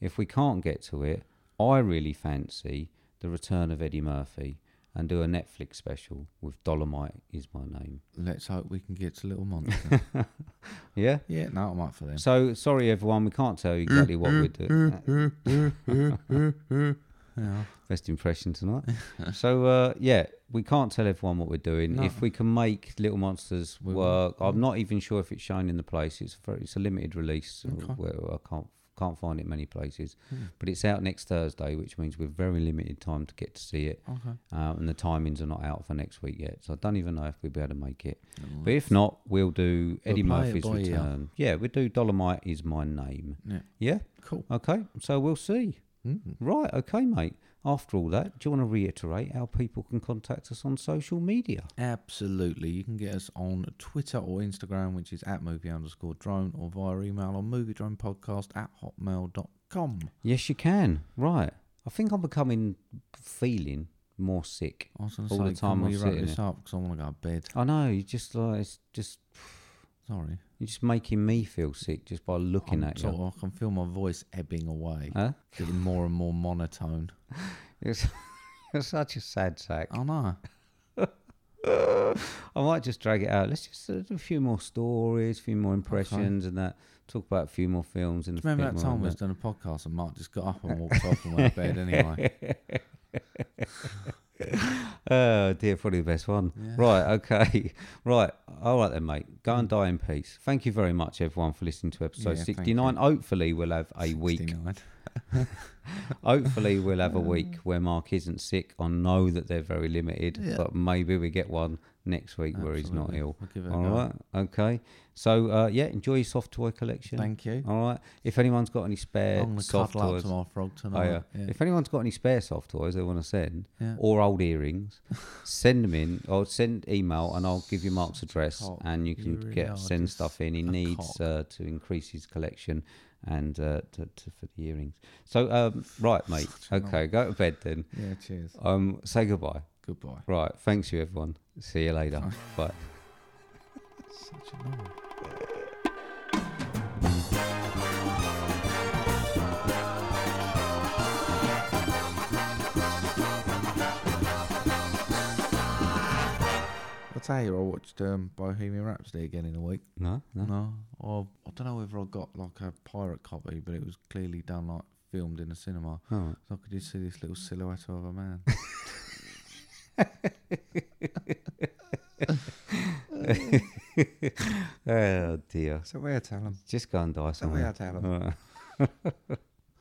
B: if we can't get to it, I really fancy the return of Eddie Murphy and do a Netflix special with Dolomite is my name.
A: Let's hope we can get to Little Monster.
B: Yeah.
A: yeah, no, I'm up for them.
B: So sorry everyone, we can't tell you exactly what we're doing.
A: Yeah.
B: Best impression tonight. so uh, yeah, we can't tell everyone what we're doing.
A: No.
B: If we can make Little Monsters
A: We will.
B: work, I'm not even sure if it's shown in the place. It's very, it's a limited release. uh, Where I can't can't find it many places,
A: Hmm.
B: but it's out next Thursday, which means we're very limited time to get to see it.
A: Okay.
B: Uh, and the timings are not out for next week yet, so I don't even know if we'll be able to make it. But if not, we'll do Eddie
A: play it
B: Murphy's
A: by ear.
B: return. Yeah, we'll do Dolomite is my name.
A: Yeah.
B: Yeah.
A: Cool.
B: Okay, so we'll see. Right, okay, mate. After all that, do you want to reiterate how people can contact us on social media?
A: Absolutely. You can get us on Twitter or Instagram, which is at movie underscore drone, or via email on movie drone podcast at hotmail.com.
B: Yes, you can. Right. I think I'm becoming feeling more sick
A: I was going to
B: all
A: say,
B: the time
A: can
B: I'm
A: we wrap
B: sitting
A: this
B: here.
A: up? Because I want to go to bed.
B: I know. You just like it's just
A: Sorry.
B: you're just making me feel sick just by looking
A: I'm
B: at
A: sort
B: you.
A: of- I can feel my voice ebbing away,
B: Huh?
A: getting more and more monotone.
B: It's, you're such a sad sack.
A: I know.
B: I might just drag it out. Let's just uh, do a few more stories, a few more impressions, and that. Talk about a few more films and. a
A: Remember that
B: bit more
A: time
B: on
A: we was doing a podcast and Mark just got up and walked off and went to bed anyway?
B: Oh dear, probably the best one. Right, okay. Right. All right then, mate. Go and die in peace. Thank you very much, everyone, for listening to
A: Mm. Yeah,
B: episode
A: thank you.
B: 69. Hopefully, we'll have a week.
A: 69.
B: Hopefully, we'll have a week where Mark isn't sick. I know that they're very limited, but maybe we get one next week where he's not
A: Absolutely.
B: ill.
A: We'll give it a
B: All
A: go.
B: right, okay. So, uh, yeah, enjoy your soft toy collection.
A: Thank you.
B: All right. If anyone's got any spare
A: I'm going to
B: soft
A: cuddle up
B: toys,
A: to my frog
B: Oh,
A: tonight.
B: yeah. If anyone's got any spare soft toys they want to send
A: Yeah.
B: or old earrings, send them in or send email and I'll give you Mark's address
A: cock.
B: and you can
A: You really are
B: get send
A: just
B: stuff in. He needs
A: cock.
B: uh, to increase his collection and uh, to, to, for the earrings. So, um, right, mate. Okay, go to bed then.
A: yeah, cheers.
B: Um, say goodbye.
A: Goodbye.
B: Right. Thanks, you, everyone. See you later. Bye.
A: I tell you, I watched um, Bohemian Rhapsody again in a week.
B: No, no.
A: No, or I don't know whether I got like a pirate copy, but it was clearly done like filmed in a cinema.
B: All
A: So I could just see this little silhouette of a man.
B: right. Oh, dear.
A: so we had to tell him.
B: Just go and die
A: we
B: Oh, somewhere.
A: had to have 'em.
B: All right.